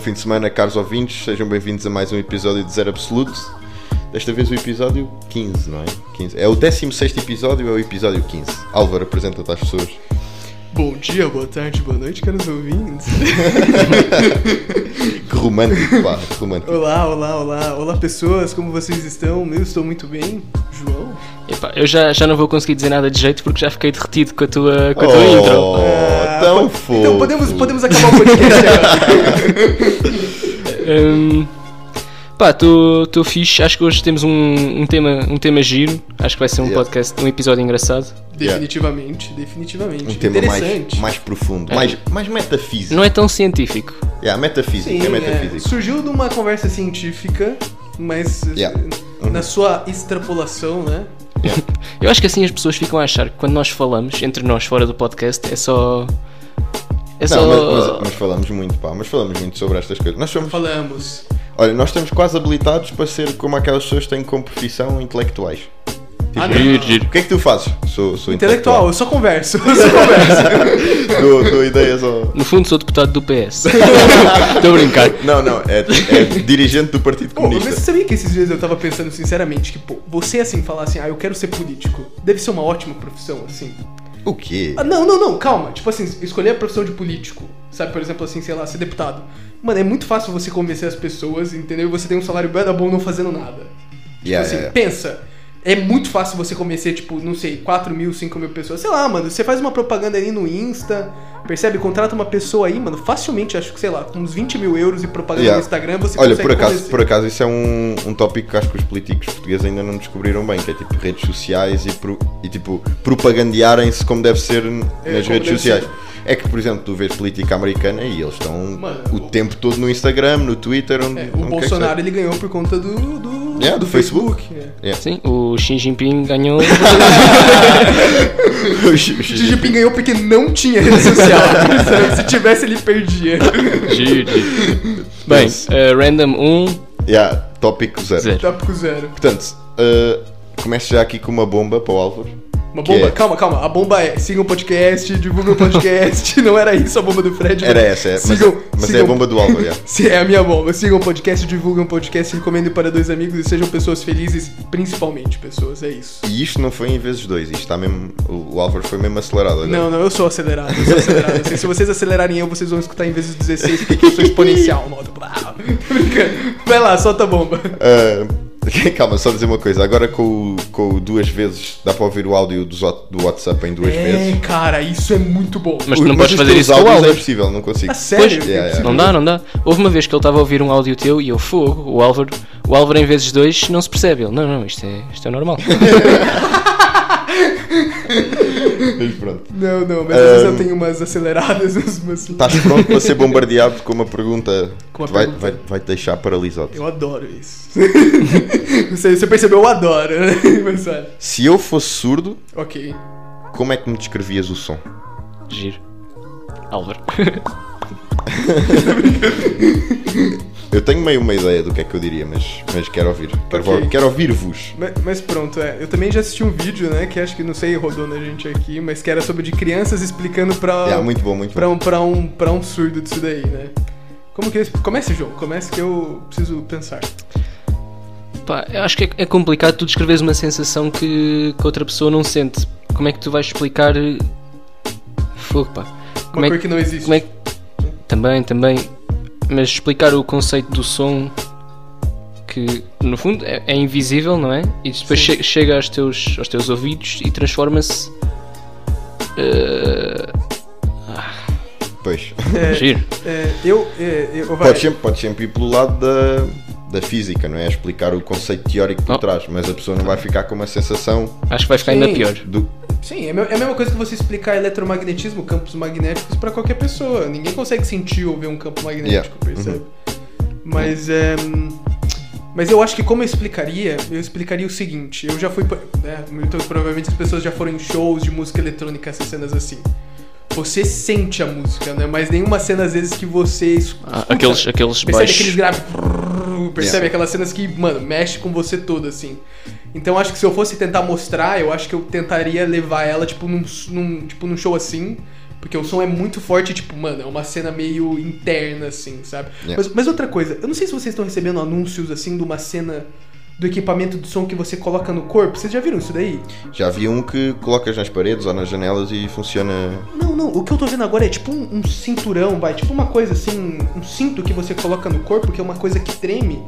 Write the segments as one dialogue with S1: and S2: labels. S1: fim de semana, caros ouvintes. Sejam bem-vindos a mais um episódio de Zero Absoluto. Desta vez o episódio 15, não é? 15. É o 16 episódio, é o episódio 15. Álvaro, apresenta-te às pessoas.
S2: Bom dia, boa tarde, boa noite, caros ouvintes.
S1: Que romântico, pá, que romântico.
S2: olá, olá, olá. Olá, pessoas, como vocês estão? Eu estou muito bem. João?
S3: Epá, eu já, já não vou conseguir dizer nada de jeito porque já fiquei derretido com a tua, com a tua intro.
S1: Oh, tão
S2: po-
S1: fofo.
S2: Então podemos, podemos acabar o podcast né? agora.
S3: Hum, pá, estou fixe. Acho que hoje temos um, um, tema, um tema giro. Acho que vai ser um
S1: Yeah.
S3: podcast, um episódio engraçado.
S2: Definitivamente, definitivamente.
S1: Um tema mais,
S2: Interessante. É.
S1: mais profundo, mais, mais metafísico.
S3: Não é tão científico.
S1: Yeah, metafísico,
S2: Sim,
S1: é
S2: é,
S1: metafísico.
S2: surgiu de uma conversa científica, mas
S1: Yeah. Uhum.
S2: eh, na sua extrapolação, né?
S3: Eu acho que assim as pessoas ficam a achar que quando nós falamos, entre nós fora do podcast, é só. É
S1: Não,
S3: só.
S1: mas, mas- mas falamos muito, pá, mas falamos muito sobre estas coisas. Nós somos,
S2: Falamos.
S1: olha, nós estamos quase habilitados para ser como aquelas pessoas que têm como profissão intelectuais.
S2: Ah, não.
S3: Giro, giro.
S1: O que é que tu fazes? Sou, sou
S2: Intelectual, eu só converso. Eu só converso.
S1: dou, dou ideias ao.
S3: No fundo sou deputado do PS. Estou a brincar.
S1: Não, não, é, é dirigente do Partido
S2: Pô, mas você
S1: Comunista.
S2: sabia que esses dias eu tava pensando sinceramente que, pô, você assim falar assim, ah, eu quero ser político, deve ser uma ótima profissão, assim.
S1: O quê?
S2: Ah, não, não, não, calma. Tipo assim, escolher a profissão de político, sabe? Por exemplo, assim, sei lá, ser deputado. Mano, é muito fácil você convencer as pessoas, entendeu? E você tem um salário bem da bom não fazendo nada. Tipo
S1: Yeah,
S2: assim,
S1: yeah, yeah.
S2: pensa. É muito fácil você convencer, tipo, não sei, 4 mil, 5 mil pessoas. Sei lá, mano, você faz uma propaganda ali no Insta, percebe? Contrata uma pessoa aí, mano, facilmente, acho que, sei lá, com uns 20 mil euros e propaganda
S1: Yeah.
S2: no Instagram, você
S1: Olha,
S2: consegue
S1: por acaso,
S2: convencer.
S1: por acaso isso é um, um tópico que acho que os políticos portugueses ainda não descobriram bem, que é tipo redes sociais e, pro- e, tipo propagandearem-se como deve ser nas
S2: É, como
S1: redes
S2: deve
S1: sociais.
S2: ser.
S1: É que, por exemplo, tu vês política americana e eles estão
S2: Mano,
S1: o
S2: o-
S1: tempo todo no Instagram, no Twitter, onde, onde
S2: É, o
S1: quer que seja.
S2: Bolsonaro ele ganhou por conta do. do,
S1: Yeah, do Facebook.
S2: Facebook, é.
S3: Sim, o Xi Jinping ganhou.
S1: O Xi- o Xi
S2: é. Xi Jinping ganhou porque não tinha rede social. sabe? Se tivesse, ele perdia.
S3: giro, giro. Bem, eh, random 1.
S1: Yeah, tópico zero.
S3: Zero.
S2: Tópico Tá zero.
S1: Portanto, uh, começo já aqui com uma bomba para o Álvaro.
S2: Uma
S1: Que
S2: bomba,
S1: é?
S2: calma, calma. A bomba é siga o podcast, divulga o podcast. não era isso a bomba do Fred. né?
S1: Era essa, é, mas,
S2: Sigam-
S1: mas é a
S2: sigam-
S1: bomba do Álvaro, já.
S2: Se é a minha bomba. Sigam o podcast, divulguem o podcast, recomendem para dois amigos e sejam pessoas felizes, principalmente pessoas, é isso.
S1: E isto não foi em vezes dois, isto está mesmo. O o Álvaro foi mesmo acelerado agora.
S2: Não, não, eu sou acelerado, eu sou acelerado. Assim, se vocês acelerarem eu, vocês vão escutar em vezes 16, porque eu sou exponencial, modo. Tô brincando. Vai lá, solta a bomba.
S1: Ah, calma, só dizer uma coisa. Agora com, o- com o duas vezes, dá para ouvir o áudio dos wa- do WhatsApp em duas
S2: É,
S1: vezes.
S2: cara, isso é muito bom.
S3: Mas tu não podes
S1: os
S3: fazer
S1: teus
S3: isso com o
S1: áudios É
S3: Álvaro.
S1: impossível, não consigo.
S2: Ah, sério?
S1: Pois, yeah, yeah.
S3: Não dá, não dá. Houve uma vez que ele estava a ouvir um áudio teu e eu fogo, o Álvaro, o Álvaro em vezes dois não se percebe. Ele, não, não, isto é, isto é normal.
S1: Mas pronto.
S2: Não, não, mas às vezes
S1: Ahn.
S2: eu tenho umas aceleradas, umas assim.
S1: Estás pronto para ser bombardeado com uma pergunta
S2: Com uma
S1: que vai,
S2: pergunta.
S1: vai, vai te deixar paralisado.
S2: Eu adoro isso. você, você percebeu, eu adoro, né? Mas olha.
S1: Se eu fosse surdo,
S2: Ok.
S1: como é que me descrevias o som?
S3: Giro. Álvaro.
S1: Eu tenho meio uma ideia do que é que eu diria, mas, mas quero ouvir. Quero,
S2: Ok.
S1: quero ouvir-vos.
S2: Mas, mas pronto, é. Eu também já assisti um vídeo, né? Que acho que não sei, rodou na gente aqui, mas que era sobre de crianças explicando pra.
S1: Yeah, É, Ah, muito bom, muito
S2: pra
S1: bom.
S2: um, pra um, pra um surdo disso daí, né? Como que é esse- Comece, João. Comece que eu preciso pensar.
S3: Pá, eu acho que é, é complicado tu descreveres uma sensação que, que outra pessoa não sente. Como é que tu vais explicar. eh, Fogo, pá.
S2: Uma
S3: Como é,
S2: coisa
S3: que-
S2: que não existe.
S3: como é que. Também, também. Mas explicar o conceito do som que, no fundo, é, é invisível, não é? E depois
S2: Sim.
S3: che- chega aos teus, aos teus ouvidos e transforma-se.
S1: Pois.
S3: Giro.
S2: É, eu. É, eu vai.
S1: Pode sempre, pode sempre ir pelo lado da, da física, não é? Explicar o conceito teórico por
S3: Oh.
S1: trás, mas a pessoa não vai ficar com uma sensação
S3: Acho que vai ficar ainda
S2: Sim.
S3: pior.
S1: do.
S2: Sim, é, me- é a mesma coisa que você explicar eletromagnetismo, campos magnéticos, pra qualquer pessoa. Ninguém consegue sentir ou ver um campo magnético,
S1: Yeah.
S2: percebe? Mas é. hum, Mas eu acho que como eu explicaria, eu explicaria o seguinte, eu já fui. pa- Né, então provavelmente as pessoas já foram em shows de música eletrônica, essas cenas assim. Você sente a música, né? Mas nenhuma cena às vezes que você es-
S3: Ah,
S2: escuta.
S3: aqueles aqueles
S2: Percebe
S3: baixos.
S2: aqueles graves. prrr, Percebe
S1: Yeah.
S2: aquelas cenas que, mano, mexe com você todo, assim. Então acho que se eu fosse tentar mostrar, eu acho que eu tentaria levar ela, tipo, num, num- tipo, num show assim. Porque o som é muito forte, tipo, mano, é uma cena meio interna, assim, sabe?
S1: Yeah.
S2: Mas, mas outra coisa, eu não sei se vocês estão recebendo anúncios, assim, de uma cena do equipamento de som que você coloca no corpo. Vocês já viram isso daí?
S1: Já havia um que colocas nas paredes ou nas janelas e funciona.
S2: Não, não, o que eu tô vendo agora é tipo um, um cinturão, vai, tipo uma coisa assim, um cinto que você coloca no corpo, que é uma coisa que treme,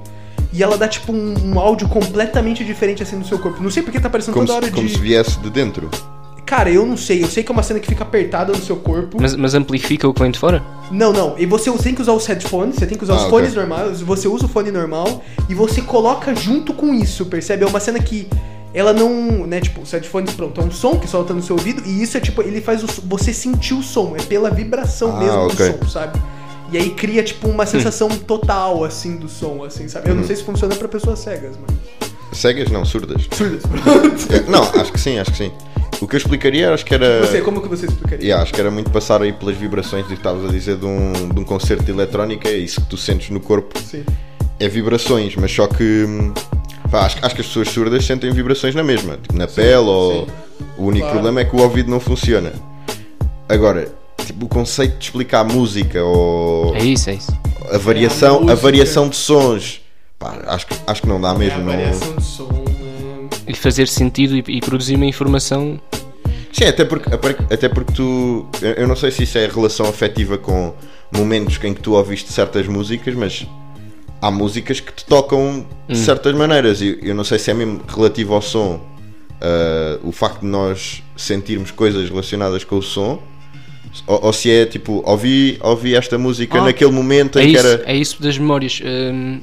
S2: e ela dá tipo um, um áudio completamente diferente assim no seu corpo. Não sei porque tá parecendo
S1: Como,
S2: toda hora
S1: se, como
S2: de.
S1: se viesse de dentro.
S2: Cara, eu não sei, eu sei que é uma cena que fica apertada no seu corpo.
S3: Mas, mas amplifica o que vem de fora?
S2: Não, não, e você tem que usar os headphones, você tem que usar
S1: Ah,
S2: os
S1: ok.
S2: fones normais, você usa o fone normal e você coloca junto com isso, percebe? É uma cena que. Ela não, né, tipo, os headphones, pronto, é um som que solta no seu ouvido, e isso é tipo, ele faz o so- você sentir o som, é pela vibração
S1: Ah,
S2: mesmo
S1: ok. Hum.
S2: do som, sabe? E aí cria, tipo, uma sensação total, assim, do som, assim, sabe?
S1: Uhum.
S2: Eu não sei se funciona pra pessoas cegas, mas...
S1: Cegas? Não, surdas.
S2: Surdas, pronto.
S1: É, não, acho que sim, acho que sim. O que eu explicaria, acho que era.
S2: Você, como que você explicaria?
S1: Yeah, acho que era muito passar aí pelas vibrações do que estavas a dizer de um, de um concerto de eletrónica, é isso que tu sentes no corpo.
S2: Sim.
S1: É vibrações, mas só que. hum, pá, acho, acho que as pessoas surdas sentem vibrações na mesma, tipo na pele ou.
S2: sim.
S1: O único
S2: Claro.
S1: problema é que o ouvido não funciona. Agora, tipo, o conceito de explicar a música ou.
S3: É isso, é isso.
S1: a variação, a
S2: é música.
S1: variação de sons. Pá, acho, que- acho que não dá mesmo.
S2: é a
S1: não-
S2: variação de som, né?
S3: E fazer sentido e, e produzir uma informação.
S1: Sim, até porque, até porque tu. eu- Eu não sei se isso é relação afetiva com momentos em que tu ouviste certas músicas, mas há músicas que te tocam
S3: Hum.
S1: de certas maneiras. E eu não sei se é mesmo relativo ao som. ah, o facto de nós sentirmos coisas relacionadas com o som. Ou, ou se é tipo, ouvi, ouvi esta música
S3: Ah,
S1: naquele momento
S3: É
S1: em que
S3: isso,
S1: era.
S3: é isso das memórias. Hum,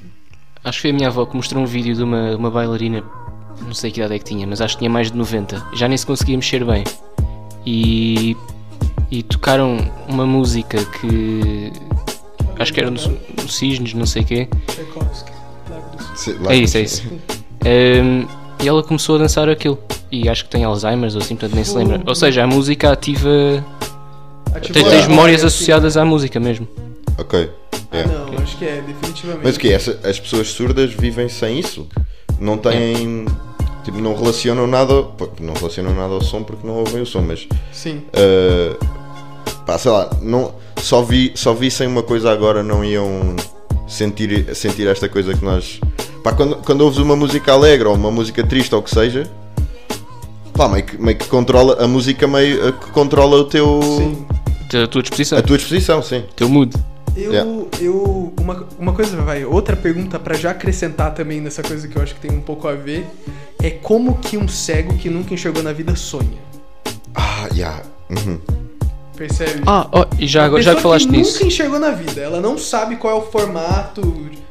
S3: acho que foi a minha avó que mostrou um vídeo de uma, uma bailarina, não sei que idade é que tinha, mas acho que tinha mais de 90. Já nem se conseguia mexer bem. E, e tocaram uma música que. Acho que era um nos nos Cisnes, não sei o quê.
S2: Tchaikovsky, Lago do Sul.
S1: Sei lá.
S3: É isso, é isso. Hum, e ela começou a dançar aquilo. E acho que tem Alzheimer's ou assim, portanto nem se lembra. Ou seja, a música ativa.
S2: Ativou
S3: Tens,
S2: a
S3: tens
S2: memória,
S3: memórias
S1: é
S2: assim.
S3: associadas à música mesmo.
S1: Ok.
S2: Ah,
S1: É.
S2: não, acho que é, definitivamente.
S1: Mas o que é? As pessoas surdas vivem sem isso? Não têm. Tipo, não relacionam nada. pô, Não relacionam nada ao som porque não ouvem o som, mas.
S2: Sim.
S1: É, Pá, sei lá, não, só, vi, só vissem uma coisa agora, não iam sentir, sentir esta coisa que nós. Pá, quando, quando ouves uma música alegre ou uma música triste ou o que seja. Pá, meio que, meio que controla. A música meio eh, que controla o teu.
S2: Sim.
S1: É.
S3: A tua disposição,
S1: A tua disposição, sim.
S3: o teu mood.
S2: Eu,
S1: Yeah.
S2: eu uma, uma coisa, vai, outra pergunta pra já acrescentar também nessa coisa que eu acho que tem um pouco a ver é como que um cego que nunca enxergou na vida sonha.
S1: Ah, já. Uhum.
S2: Percebe?
S3: Ah, ó, e já, agora, já
S2: Pessoa
S3: que falaste
S2: nunca
S3: nisso.
S2: enxergou na vida, ela não sabe qual é o formato.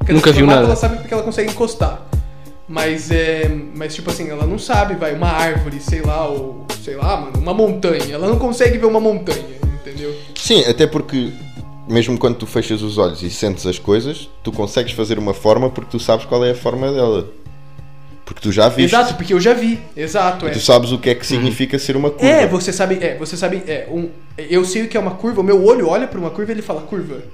S2: quer dizer,
S3: Nunca
S2: o
S3: viu
S2: formato
S3: nada.
S2: Ela sabe porque ela consegue encostar. Mas é, mas tipo assim, ela não sabe, vai uma árvore, sei lá, ou sei lá, mano, uma montanha. Ela não consegue ver uma montanha, entendeu?
S1: Sim, até porque mesmo quando tu fechas os olhos e sentes as coisas, tu consegues fazer uma forma porque tu sabes qual é a forma dela. Porque tu já viste.
S2: Exato, porque eu já vi. Exato, é.
S1: Tu sabes o que é
S3: Uhum.
S1: que significa ser uma curva.
S2: É, você sabe, é, você sabe, é, um, eu sei o que é uma curva, o meu olho olha pra uma curva e ele fala curva.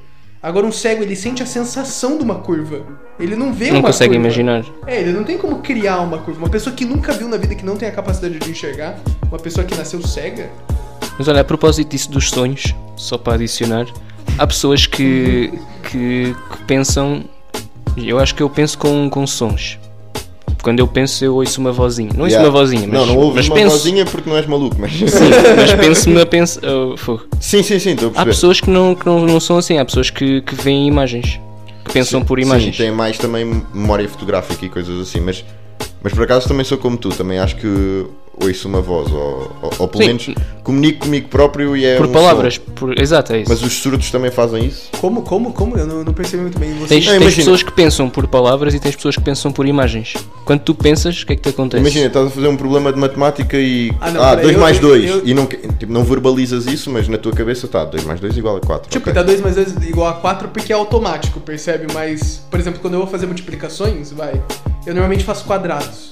S2: Agora um cego, ele sente a sensação de uma curva. Ele não vê
S3: Não
S2: uma
S3: consegue
S2: curva.
S3: imaginar.
S2: É, ele não tem como criar uma curva. Uma pessoa que nunca viu na vida, que não tem a capacidade de enxergar, uma pessoa que nasceu cega,
S3: Mas olha, a propósito disso dos sonhos, só para adicionar, há pessoas que, que, que pensam. Eu acho que eu penso com, com sons. Quando eu penso, eu ouço uma vozinha. Não ouço
S1: Yeah.
S3: uma vozinha, mas,
S1: Não, não ouves
S3: mas
S1: uma
S3: penso.
S1: vozinha porque não és maluco, mas.
S3: Sim, mas penso numa pensa. oh, fogo.
S1: sim, sim, sim, estou a
S3: há
S1: perceber.
S3: pessoas que, não, que não, não são assim, há pessoas que, que veem imagens, que pensam por imagens.
S1: Sim, tem mais também memória fotográfica e coisas assim, mas. Mas por acaso também sou como tu, também acho que ouço uma voz, ou, ou, ou pelo
S3: Sim.
S1: menos comunico comigo próprio e é. um
S3: por
S1: som.
S3: palavras, por... exato, é isso.
S1: Mas os surdos também fazem isso?
S2: como, como, como? Eu não, não percebi muito bem. Você... tá
S3: Tens,
S1: Não,
S3: tens
S1: imagina.
S3: pessoas que pensam por palavras e tens pessoas que pensam por imagens. Quando tu pensas, o que é que te acontece?
S1: Imagina, estás a fazer um problema de matemática e.
S2: Ah, não,
S1: Ah,
S2: peraí,
S1: 2
S2: eu-
S1: mais
S2: eu-
S1: 2.
S2: eu-
S1: E não, que- tipo, não verbalizas isso, mas na tua cabeça está 2 mais 2 igual a 4.
S2: Tipo, dá 2 mais 2 igual a 4 porque é automático, percebe? Mas, por exemplo, quando eu vou fazer multiplicações, vai, eu normalmente faço quadrados.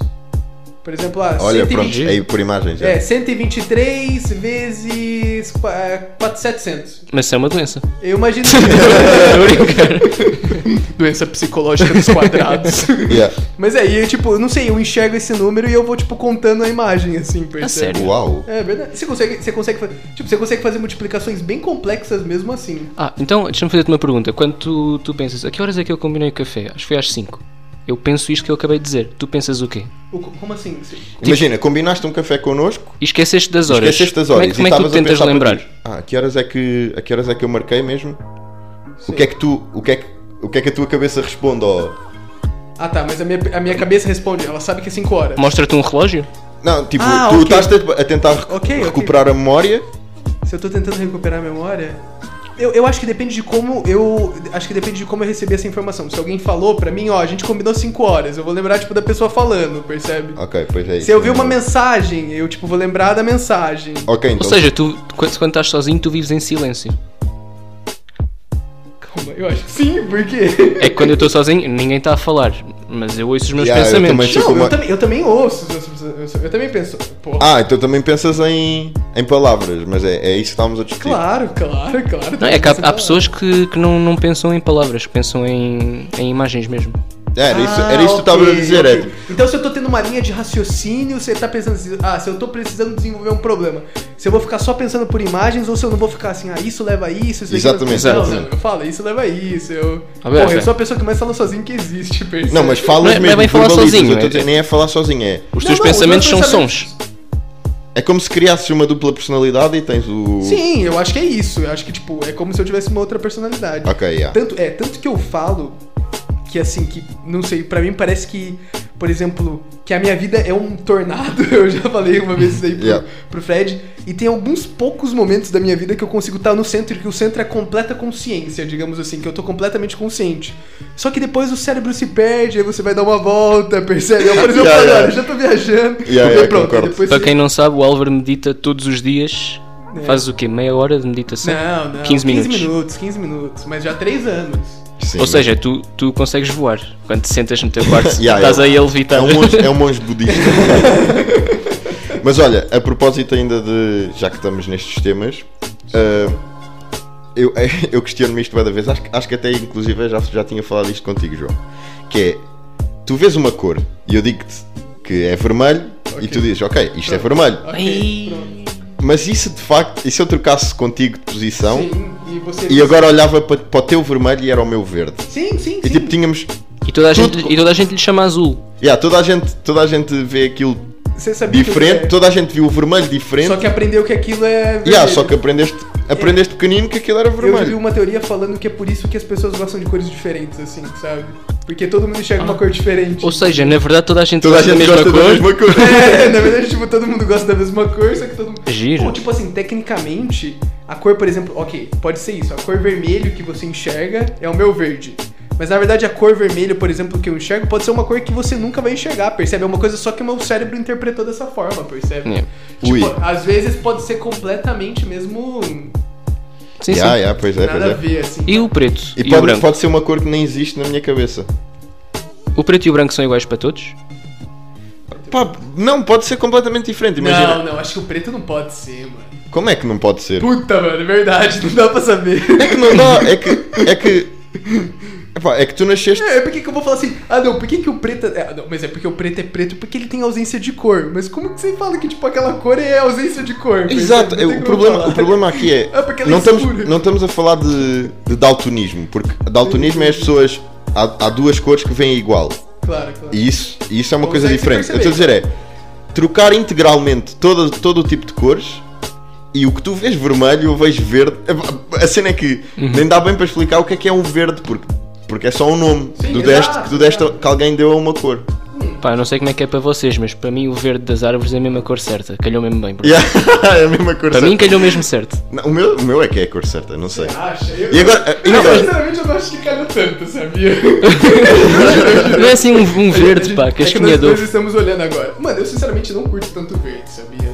S2: Por exemplo, ah,
S1: Olha,
S2: 120,
S1: pronto, aí por imagens.
S2: é,
S1: É.
S2: 123 vezes qua- é, quatro- 700.
S3: Mas isso é uma doença.
S2: Eu imagino
S3: Estou a brincar.
S2: doença psicológica dos quadrados.
S1: Yeah.
S2: Mas é, e eu, tipo, não sei, eu enxergo esse número e eu vou, tipo, contando a imagem, assim, percebe?
S3: sério?
S1: Uau.
S2: É verdade. Você consegue, você consegue, fa- tipo, você consegue fazer multiplicações bem complexas mesmo assim.
S3: Ah, então deixa-me fazer-te uma pergunta. Quando tu, tu pensas, a que horas é que eu combinei o café? Acho que foi às 5. Eu penso isto que eu acabei de dizer. Tu pensas o quê?
S2: O co- Como assim? Você-
S1: Imagina, combinaste um café connosco,
S3: E esqueceste das horas.
S1: esqueceste as horas
S3: Como é,
S1: e
S3: que- como é que
S1: estavas
S3: tu
S1: a
S3: tentas
S1: pensar para
S3: lembrar?
S1: ti, Ah, que horas é que, a que horas é que eu marquei mesmo? O que é que tu, o que é que, o que é que a tua cabeça responde ao...
S2: Ah tá, mas a minha, a minha cabeça responde, ela sabe que é 5 horas.
S3: Mostra-te um relógio?
S1: Não, tipo,
S2: Ah,
S1: tu
S2: ok.
S1: estás a tentar rec-
S2: Ok, ok.
S1: recuperar a memória,
S2: Se eu tô tentando recuperar a memória. Eu, eu acho que depende de como eu. Acho que depende de como eu recebi essa informação. Se alguém falou pra mim, ó, a gente combinou 5 horas, eu vou lembrar, tipo, da pessoa falando, percebe?
S1: ok, pois é isso.
S2: Se eu vi uma mensagem, eu, tipo, vou lembrar da mensagem.
S1: Ok, então,
S3: Ou seja, tu, quando, quando estás sozinho, tu vives em silêncio.
S2: Calma, eu acho que sim, por quê?
S3: É que quando eu estou sozinho, ninguém está a falar. Mas eu ouço os meus
S1: Yeah, eu
S3: pensamentos.
S1: também
S2: Não, eu
S1: Uma-
S2: também, eu também ouço. Eu, eu- eu também penso. Pô,
S1: Ah, então também pensas em, em palavras, mas é, é isso que estávamos a discutir.
S2: claro, claro, claro.
S3: Não, é que há, há
S2: Claro.
S3: pessoas que, que não, não pensam em palavras, que pensam em, em imagens mesmo.
S1: É, Era isso, era isso
S2: Ah,
S1: que tu estavas a
S2: ok,
S1: dizer,
S2: ok.
S1: é tipo,
S2: Então se eu tô tendo uma linha de raciocínio, você tá pensando assim, ah, se eu tô precisando desenvolver um problema, se eu vou ficar só pensando por imagens ou se eu não vou ficar assim, ah, isso leva a isso, isso daqui leva a
S1: Exatamente,
S2: isso. Não,
S1: exatamente. é.
S2: não, eu falo, isso leva a isso, eu...
S3: Ah, bem,
S2: Porra, eu
S3: bem.
S2: sou a pessoa que mais fala sozinho que existe, percebe?
S1: Não, mas falas
S3: Não é- não é
S1: mesmo.
S3: bem falar
S1: verbalizas,
S3: sozinho,
S1: eu tô a
S3: é-
S1: dizer, nem é falar sozinho, é.
S3: Os
S2: Não,
S3: teus
S2: não, os
S3: pensamentos são
S2: meus
S3: sons.
S1: É como se criasses uma dupla personalidade e tens o.
S2: Sim, eu acho que é isso, eu acho que, tipo, é como se eu tivesse uma outra personalidade.
S1: Ok, yeah.
S2: Tanto, é, tanto que eu falo que assim, que não sei, pra mim parece que, por exemplo, que a minha vida é um tornado. Eu já falei uma vez isso aí pro,
S1: Yeah.
S2: pro Fred. E tem alguns poucos momentos da minha vida que eu consigo estar no centro, que o centro é completa consciência, digamos assim, que eu tô completamente consciente. Só que depois o cérebro se perde, aí você vai dar uma volta, percebe? Eu, por exemplo,
S1: Yeah,
S2: agora,
S1: yeah.
S2: eu já tô viajando.
S1: Yeah, yeah,
S2: e pronto,
S1: concordo.
S2: depois
S3: Para
S2: você-
S3: quem não sabe, o Álvaro medita todos os dias. Fazes o quê? Meia hora de meditação?
S2: É. Não, não.
S3: 15 minutos.
S2: 15 minutos, 15 minutos. Mas já há 3 anos.
S1: Sim.
S3: Ou seja, tu, tu consegues voar. Quando te sentas no teu quarto,
S1: Yeah,
S3: estás
S1: eu-
S3: aí a
S1: é
S3: levitar.
S1: um monge, é um monge budista. mas olha, a propósito ainda de. Já que estamos nestes temas. ah, eu, eu questiono-me isto cada vez. Acho, que- acho que até inclusive eu já, já tinha falado isto contigo, João. Que é. Tu vês uma cor e eu digo-te que é vermelho e tu dizes, ok, isto é vermelho.
S3: Ai.
S2: Ok, pronto.
S1: Mas isso de facto, e se eu trocasse contigo de posição
S2: Sim, e você.
S1: Então, e agora olhava para, para o teu vermelho e era o meu verde?
S2: Sim, sim,
S1: E
S2: sim.
S1: tipo, tínhamos.
S3: E toda, a gente,
S1: Tudo-
S3: e toda a gente lhe chama azul.
S1: Yeah, toda, a gente, toda a gente vê aquilo
S2: Você sabia que
S1: diferente,
S2: eu-
S1: toda a gente viu o vermelho diferente.
S2: Só que aprendeu que aquilo é. Vermelho.
S1: yeah, ah, só que aprendeste, aprendeste pequenino que aquilo era
S2: Eu vi
S1: vermelho.
S2: uma teoria falando que é por isso que as pessoas gostam de cores diferentes, assim, sabe? Porque todo mundo enxerga
S1: Ah.
S2: uma cor diferente.
S3: Ou seja, na verdade toda a gente
S1: Toda a
S3: gosta
S1: gente
S3: da mesma
S1: gosta
S3: cor.
S1: da mesma cor.
S2: É, na verdade, tipo, todo mundo gosta da mesma cor, só que todo mundo.
S3: Giro.
S2: Bom, tipo assim, tecnicamente, a cor, por exemplo, ok, pode ser isso. A cor vermelho que você enxerga é o meu verde. Mas na verdade, a cor vermelha, por exemplo, que eu enxergo, pode ser uma cor que você nunca vai enxergar, percebe? É uma coisa só que o meu cérebro interpretou dessa forma, percebe?
S3: Yeah.
S1: É. Ui.
S2: Tipo, às vezes pode ser completamente mesmo.
S3: Sim, sim.
S1: Yeah, yeah, pois é, pois
S2: Nada
S1: é.
S2: a ver, assim.
S3: E o preto?
S1: E
S3: E, o
S1: pode,
S3: branco?
S1: pode ser uma cor que nem existe na minha cabeça.
S3: O preto e o branco são iguais para todos?
S1: Pá, não, pode ser completamente diferente. Imagina,
S2: Não, não, acho que o preto não pode ser, mano.
S1: como é que não pode ser?
S2: Puta, mano, é verdade, não dá pra saber.
S1: É que não dá, é que. É que, Epá, é que tu nasceste.
S2: É, por que que eu vou falar assim? Ah, não, por que que o preto... é- ah, não, mas é porque o preto é preto porque ele tem ausência de cor. Mas como que você fala que, tipo, aquela cor é ausência de cor?
S1: Exato,
S2: Não tem
S1: é, o
S2: como
S1: problema,
S2: falar.
S1: o problema aqui é.
S2: É porque ela é
S1: não, estamos,
S2: escura.
S1: não estamos a falar de, de daltonismo, porque daltonismo é as pessoas. Há, há duas cores que vêm igual.
S2: Claro, claro.
S1: E isso, e isso é uma
S2: Consegue
S1: coisa
S2: se
S1: diferente. Eu estou a
S2: perceber.
S1: dizer é. Trocar integralmente todo, todo o tipo de cores. E o que tu vês vermelho, eu vejo verde. Epá, A cena é que
S2: Uhum.
S1: nem dá bem para explicar o que é que é um verde, porque, porque é só um nome
S2: Sim,
S1: do deste,
S2: exato,
S1: que, tu deste a-
S2: exato.
S1: que alguém deu a uma cor.
S3: Pá, eu não sei como é que é para vocês, mas para mim o verde das árvores é a mesma cor certa. Calhou mesmo bem. bro.
S1: Yeah, é a mesma cor
S3: Para
S1: certa.
S3: mim calhou mesmo certo.
S1: Não, o, meu, o meu é que é a cor certa, não sei.
S2: Acha? Eu,
S1: E agora- é,
S2: Eu,
S1: e agora?
S2: sinceramente, eu não acho que calhou tanto, sabia?
S3: Não é assim um, um verde, pá, que é
S2: é que nós
S3: escolhedor.
S2: dois estamos olhando agora. Mano, eu sinceramente não curto tanto verde, sabia?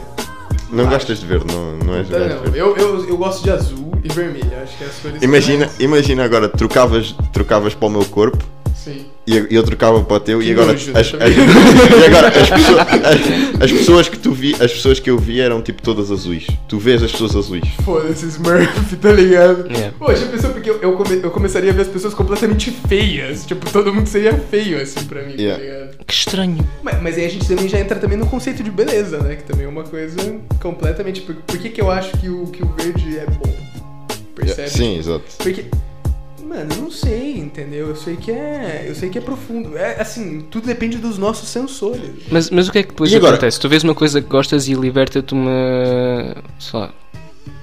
S1: Não gostas de verde, não, não és
S2: Tá,
S1: gajo de
S2: não,
S1: verde.
S2: eu, eu, eu gosto de azul e vermelho, acho que é as cores. que
S1: Imagina,
S2: mais-
S1: imagina agora, trocavas, trocavas para o meu corpo
S2: Sim.
S1: E eu, eu trocava para o teu
S2: Que
S1: e agora,
S2: nojo,
S1: as, as-
S2: também.
S1: e agora as, pessoas, as, as pessoas que tu vi, as pessoas que eu vi eram tipo todas azuis. Tu vês as pessoas azuis.
S2: Foda-se, Smurf, tá ligado?
S1: É.
S3: Yeah.
S2: Pô, já pensou porque eu, eu, come- eu começaria a ver as pessoas completamente feias. Tipo, todo mundo seria feio, assim, pra mim,
S1: Yeah.
S2: tá ligado?
S3: Que estranho.
S2: Mas, mas aí a gente também já entra também no conceito de beleza, né? Que também é uma coisa completamente... Por, por que que eu acho que o, que o verde é bom? Percebe?
S1: Sim, exato.
S2: Porque. Mano, eu não sei, entendeu? Eu sei que é. Eu sei que é profundo. É assim, tudo depende dos nossos sensores.
S3: Mas, mas o que é que depois
S1: E agora?
S3: acontece? Tu vês uma coisa que gostas e liberta-te uma. sei lá.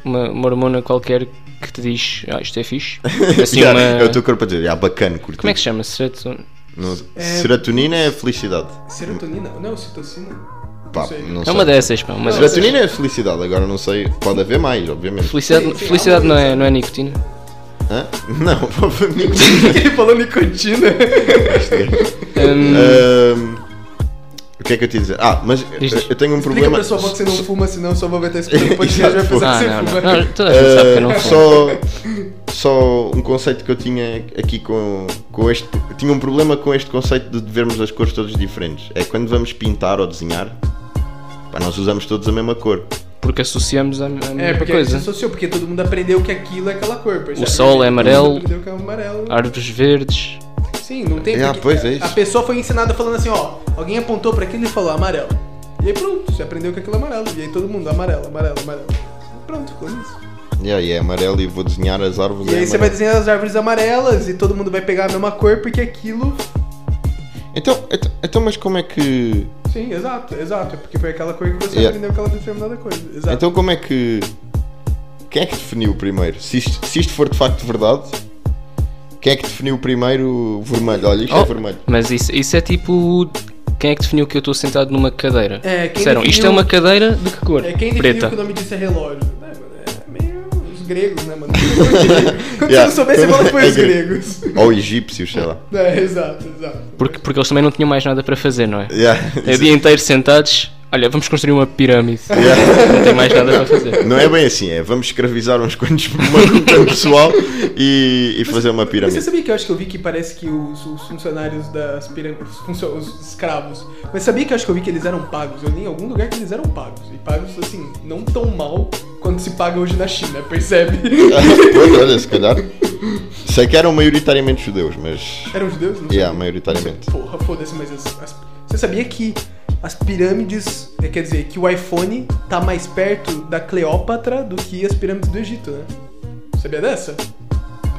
S3: Uma, uma hormona qualquer que te diz ah, isto é fixe. Assim,
S1: Yeah,
S3: uma-
S1: É o teu corpo a dizer, ah, bacana, curti.
S3: Como é que se chama? Seroton...
S1: Não-
S2: É-
S1: Serotonina é felicidade.
S2: Serotonina? Não, citocina?
S1: Pá,
S2: sei.
S1: não
S3: É
S1: sei.
S3: uma dessas, pá. Uma dessas.
S1: Serotonina é felicidade, agora não sei. Pode haver mais, obviamente.
S3: Felicidade,
S2: Sim, sim,
S3: felicidade
S2: há
S3: não,
S2: uma
S3: é,
S2: coisa.
S3: não é nicotina?
S1: Hã? Não, provavelmente.
S2: Ele falou nicotina.
S3: Hum,
S1: Eh, Ahm, o que é que eu te ia dizer? Ah, mas
S3: Diz,
S1: eu- eu tenho um
S2: Explica
S1: problema.
S2: pra sua avó que você não fuma, senão sua avó vai estar escutando o podcast e vai pensar
S3: ah,
S2: que
S3: não,
S2: você fuma.
S3: não. não. Toda a gente sabe que eu não
S1: Ah, só,
S3: fumo.
S1: só um conceito que eu tinha aqui com, com este. eu Tinha um problema com este conceito de vermos as cores todas diferentes. É quando vamos pintar ou desenhar, pá, nós usamos todos a mesma cor.
S3: Porque associamos à, à mesma
S2: É, porque
S3: coisa.
S2: isso associou, porque todo mundo aprendeu que aquilo é aquela cor, percebe?
S3: O sol é amarelo. Ah.
S2: Todo mundo aprendeu que é amarelo.
S3: Árvores verdes.
S2: Sim, não tem.
S1: É,
S2: porque
S1: pois é isso.
S2: A pessoa foi ensinada falando assim, ó, alguém apontou pra aquilo e falou amarelo. E aí pronto, você aprendeu que aquilo é amarelo. E aí todo mundo, amarelo, amarelo, amarelo. Pronto, ficou nisso.
S1: Yeah, e é amarelo e vou desenhar as árvores. é
S2: E é
S1: em
S2: aí você vai
S1: amarelo.
S2: desenhar as árvores amarelas e todo mundo vai pegar a mesma cor porque aquilo.
S1: então, então, então, mas como é que.
S2: Sim, exato, exato. É porque foi aquela cor que você
S1: Yeah.
S2: aprendeu aquela determinada coisa. Exato.
S1: Então como é que. Quem é que definiu primeiro? Se isto, se isto for de facto verdade, quem é que definiu primeiro o vermelho? Olha, isto é
S3: Oh,
S1: vermelho.
S3: Mas isso, isso é tipo. Quem é que definiu que eu estou sentado numa cadeira?
S2: É, quem
S3: Disseram, isto é
S2: definiu-
S3: uma cadeira de que cor?
S2: é quem definiu
S3: Preta.
S2: que o nome disso é relógio. É, mano, é meio os gregos, né, mano? Quando
S1: Yeah.
S2: você não souber, você fala que foi os
S1: É
S2: gregos.
S1: Ou egípcios, sei lá.
S2: É, exato, exato.
S3: Porque, porque eles também não tinham mais nada para fazer, não é?
S1: Yeah,
S3: É o
S1: isso-
S3: dia inteiro sentados. Olha, vamos construir uma pirâmide.
S1: yeah.
S3: Não tem mais nada para fazer.
S1: Não é bem assim, é vamos escravizar uns quantos uma junta de pessoal e, e fazer uma
S2: Mas Você
S1: pirâmide.
S2: sabia que eu acho que eu vi que parece que os, os funcionários das pirâmides, os, funcio- os escravos, mas sabia que eu acho que eu vi que eles eram pagos? Eu li em algum lugar que eles eram pagos. E pagos, assim, não tão mal quanto se paga hoje na China, percebe? é
S1: Pois, olha, se calhar. Sei que eram maioritariamente judeus, mas.
S2: eram judeus? Não
S1: Yeah,
S2: sabia.
S1: maioritariamente.
S2: Porra, foda-se, mas as- as- você sabia que as pirâmides, é, quer dizer, que o iPhone tá mais perto da Cleópatra do que as pirâmides do Egito, né? Sabia dessa?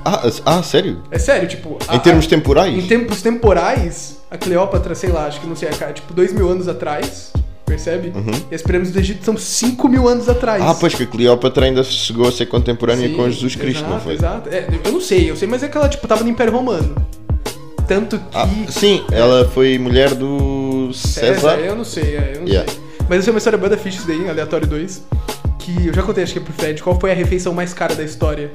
S1: Ah, ah, sério?
S2: É sério, tipo... a-
S1: Em termos
S2: a-
S1: temporais?
S2: Em tempos temporais, a Cleópatra, sei lá, acho que não sei, cara, tipo, dois mil anos atrás, percebe? E as pirâmides do Egito são cinco mil anos atrás.
S1: Uhum. Ah, pois que a Cleópatra ainda chegou a ser contemporânea
S2: Sim,
S1: com Jesus Cristo,
S2: exato,
S1: não foi?
S2: Exato, É, eu não sei, eu sei, mas é que ela, tipo, tava no Império Romano. Tanto que...
S1: Ah, sim, ela foi mulher do César.
S2: eu não sei, é, eu não
S1: Yeah.
S2: sei. Mas isso é uma história banda ficha isso daí, em aleatório 2, que eu já contei, acho que é pro Fred, qual foi a refeição mais cara da história?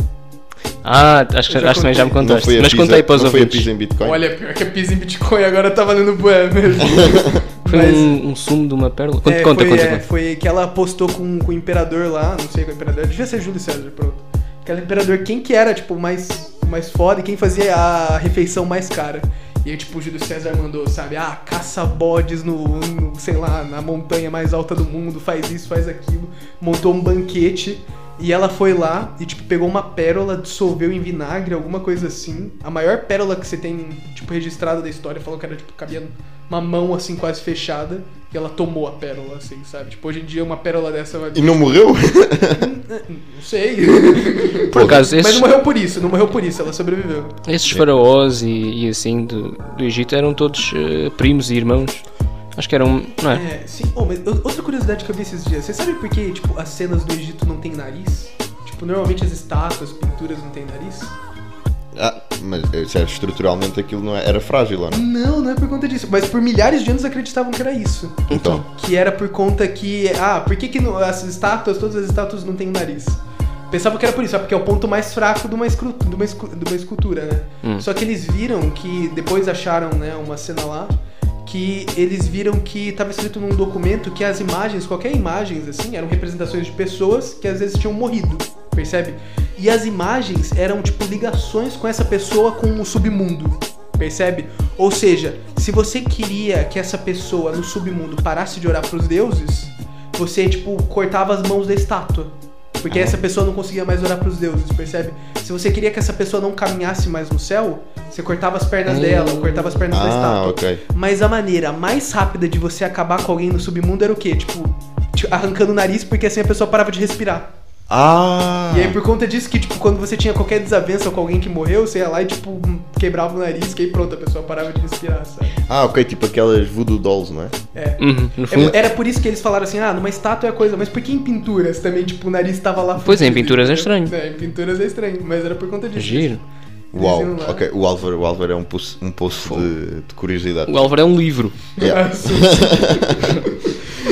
S3: Ah, acho que
S2: Eu já
S3: acho que também já me
S2: contei.
S1: Não
S3: contaste.
S1: foi a
S3: Mas
S1: pizza,
S3: contei para os
S1: não foi a
S3: ouvintes.
S1: pizza em Bitcoin.
S2: Olha, pior que a pizza em Bitcoin agora tá valendo bué mesmo.
S3: Foi
S2: Mas-
S3: um, um sumo de uma pérola. Conta,
S2: É,
S3: conta,
S2: foi,
S3: conta,
S2: é,
S3: conta.
S2: foi que ela apostou com, com o imperador lá, não sei qual imperador, devia ser Júlio César, pronto. Aquela imperador, quem que era, tipo, o mais, o mais foda e quem fazia a refeição mais cara. E aí, tipo, o Júlio César mandou, sabe, ah, caça bodes no, no, sei lá, na montanha mais alta do mundo, faz isso, faz aquilo. Montou um banquete e ela foi lá e, tipo, pegou uma pérola, dissolveu em vinagre, alguma coisa assim. A maior pérola que você tem, tipo, registrada da história, falou que era, tipo, cabia uma mão, assim, quase fechada. E ela tomou a pérola, assim, sabe? Tipo, hoje em dia uma pérola dessa vai...
S1: E não morreu?
S2: Não sei.
S3: Por acaso,
S2: Mas
S3: esses,
S2: não morreu por isso, não morreu por isso, ela sobreviveu.
S3: esses
S1: É.
S3: faraós e, e assim do, do Egito eram todos eh, primos e irmãos. Acho que eram. Não é?
S2: É, sim. Oh, mas o- outra curiosidade que eu vi esses dias, você sabe por que, tipo, as cenas do Egito não tem nariz? Tipo, normalmente as estátuas, pinturas não tem nariz?
S1: Ah, mas eh, sério, estruturalmente aquilo não é- era frágil, ou não?
S2: Não, não é por conta disso. Mas por milhares de anos acreditavam que era isso.
S1: Então.
S2: Que era por conta que. Ah, por que, que não- as estátuas, todas as estátuas não têm um nariz? Pensava que era por isso, ah, porque é o ponto mais fraco de uma, escru- de uma, escu- de uma escultura, né?
S3: Hum.
S2: Só que eles viram que. Depois acharam, né, uma cena lá. Que eles viram que estava escrito num documento que as imagens, qualquer imagens, assim, eram representações de pessoas que às vezes tinham morrido, percebe? E as imagens eram, tipo, ligações com essa pessoa com o submundo. Percebe? Ou seja, se você queria que essa pessoa no submundo parasse de orar pros deuses, você, tipo, cortava as mãos da estátua. Porque
S1: Ah.
S2: essa pessoa não conseguia mais orar pros deuses, percebe? Se você queria que essa pessoa não caminhasse mais no céu, você cortava as pernas
S3: Hum.
S2: dela, ou cortava as pernas da
S1: Ah,
S2: estátua.
S1: ok.
S2: Mas a maneira mais rápida de você acabar com alguém no submundo era o quê? Tipo, te- arrancando o nariz, porque assim a pessoa parava de respirar.
S1: Ah!
S2: E aí, por conta disso, que, tipo, quando você tinha qualquer desavença com alguém que morreu, você ia lá e, tipo, quebrava o nariz, que aí pronto, a pessoa parava de respirar, sabe?
S1: Ah, ok, tipo aquelas voodoo dolls, não é?
S2: É.
S3: Uhum, no
S2: É,
S3: fundo.
S2: era por isso que eles falaram assim, ah, numa estátua é coisa, mas por que em pinturas também, tipo, o nariz tava lá
S3: Pois é, em
S2: fudido,
S3: pinturas é
S2: entendeu?
S3: estranho.
S2: É, em pinturas é estranho, mas era por conta disso.
S3: Giro.
S1: Uau,
S2: Eles iam lá.
S1: ok. O Álvaro, o Álvaro é um poço, um poço de, de curiosidade.
S3: O Álvaro é um livro.
S1: Yeah.
S2: Ah, sim.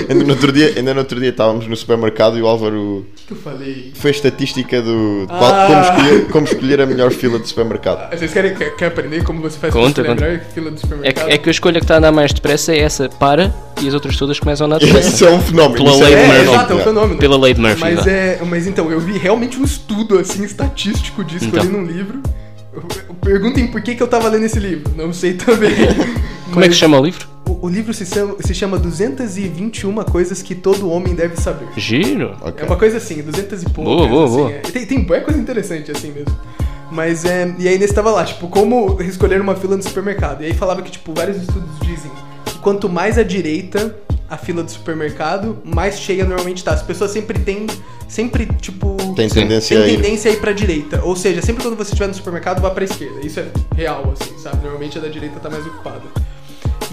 S1: Ainda, no outro dia, ainda no outro dia estávamos no supermercado e o Álvaro
S2: O que que eu falei?
S1: fez estatística do de qual-
S2: Ah.
S1: como, escolher, como escolher a melhor fila de
S2: Ah,
S1: supermercado.
S2: Vocês querem quer, quer aprender como você faz
S3: Conta,
S2: pra se lembrar fila do
S3: É, que-
S2: supermercado?
S3: é que a escolha que está a andar mais depressa é essa, para, e as outras todas começam a andar
S1: Isso
S3: depressa.
S1: é um fenómeno.
S3: Pela
S1: isso
S3: lei do
S1: é,
S2: É,
S3: Murphy.
S2: exato, é um fenômeno.
S3: Pela lei de Murphy.
S2: Mas,
S3: vá.
S2: é, mas então, eu vi realmente um estudo, assim, estatístico disso,
S3: Então.
S2: ali num livro. Eu- eu- Perguntem por que, que eu tava lendo esse livro, não sei também.
S3: Como é que
S2: Mas
S3: se chama o livro?
S2: O, o livro se chama, se chama 221 Coisas que Todo Homem Deve Saber.
S3: Giro.
S1: Ok.
S2: É uma coisa assim, 200 e pouco.
S3: Boa, boa, boa.
S2: Tem, tem boa coisa interessante assim mesmo. Mas é. E aí nesse tava lá, tipo, como escolher uma fila no supermercado. E aí falava que, tipo, vários estudos dizem que quanto mais à direita a fila do supermercado, mais cheia normalmente tá. As pessoas sempre têm. Sempre, tipo.
S1: Tem
S3: Sim.
S1: tendência
S2: Tem
S1: a ir.
S2: tendência a ir pra direita. Ou seja, sempre quando você estiver no supermercado, vá pra esquerda. Isso é real, assim, sabe? Normalmente a da direita tá mais ocupada.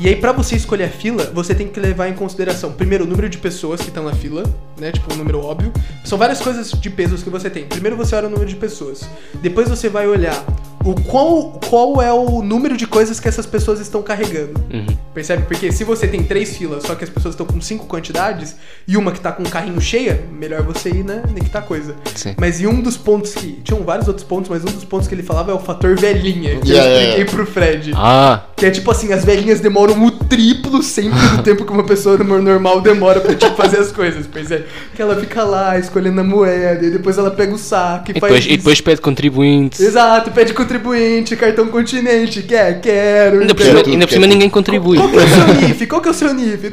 S2: E aí, pra você escolher a fila, você tem que levar em consideração, primeiro, o número de pessoas que estão na fila, né? Tipo, um número óbvio. São várias coisas de pesos que você tem. Primeiro, você olha o número de pessoas. Depois, você vai olhar o qual, qual é o número de coisas que essas pessoas estão carregando.
S3: Uhum.
S2: Percebe? Porque se você tem três filas, só que as pessoas estão com cinco quantidades, e uma que tá com um carrinho cheia, melhor você ir, né? Nem que tá coisa.
S3: Sim.
S2: Mas e um dos pontos que. Tinham vários outros pontos, mas um dos pontos que ele falava é o fator velhinha,
S1: Yeah,
S2: que eu
S1: yeah,
S2: expliquei
S1: yeah.
S2: pro Fred.
S3: Ah,
S2: Que é tipo assim, as velhinhas demoram o triplo sempre do tempo que uma pessoa no- normal demora pra tipo, fazer as coisas, percebe? Que ela fica lá escolhendo a moeda, e depois ela pega o saco e,
S3: e
S2: faz.
S3: depois, e
S2: isso.
S3: depois pede contribuinte.
S2: Exato, pede contribuinte, cartão continente, quer, quero.
S3: Ainda por
S1: Quero
S3: cima,
S1: tudo,
S3: ainda por
S1: quero
S3: cima
S1: tudo.
S3: ninguém contribui.
S2: Qual que é o seu NIF? Qual que é o seu NIF?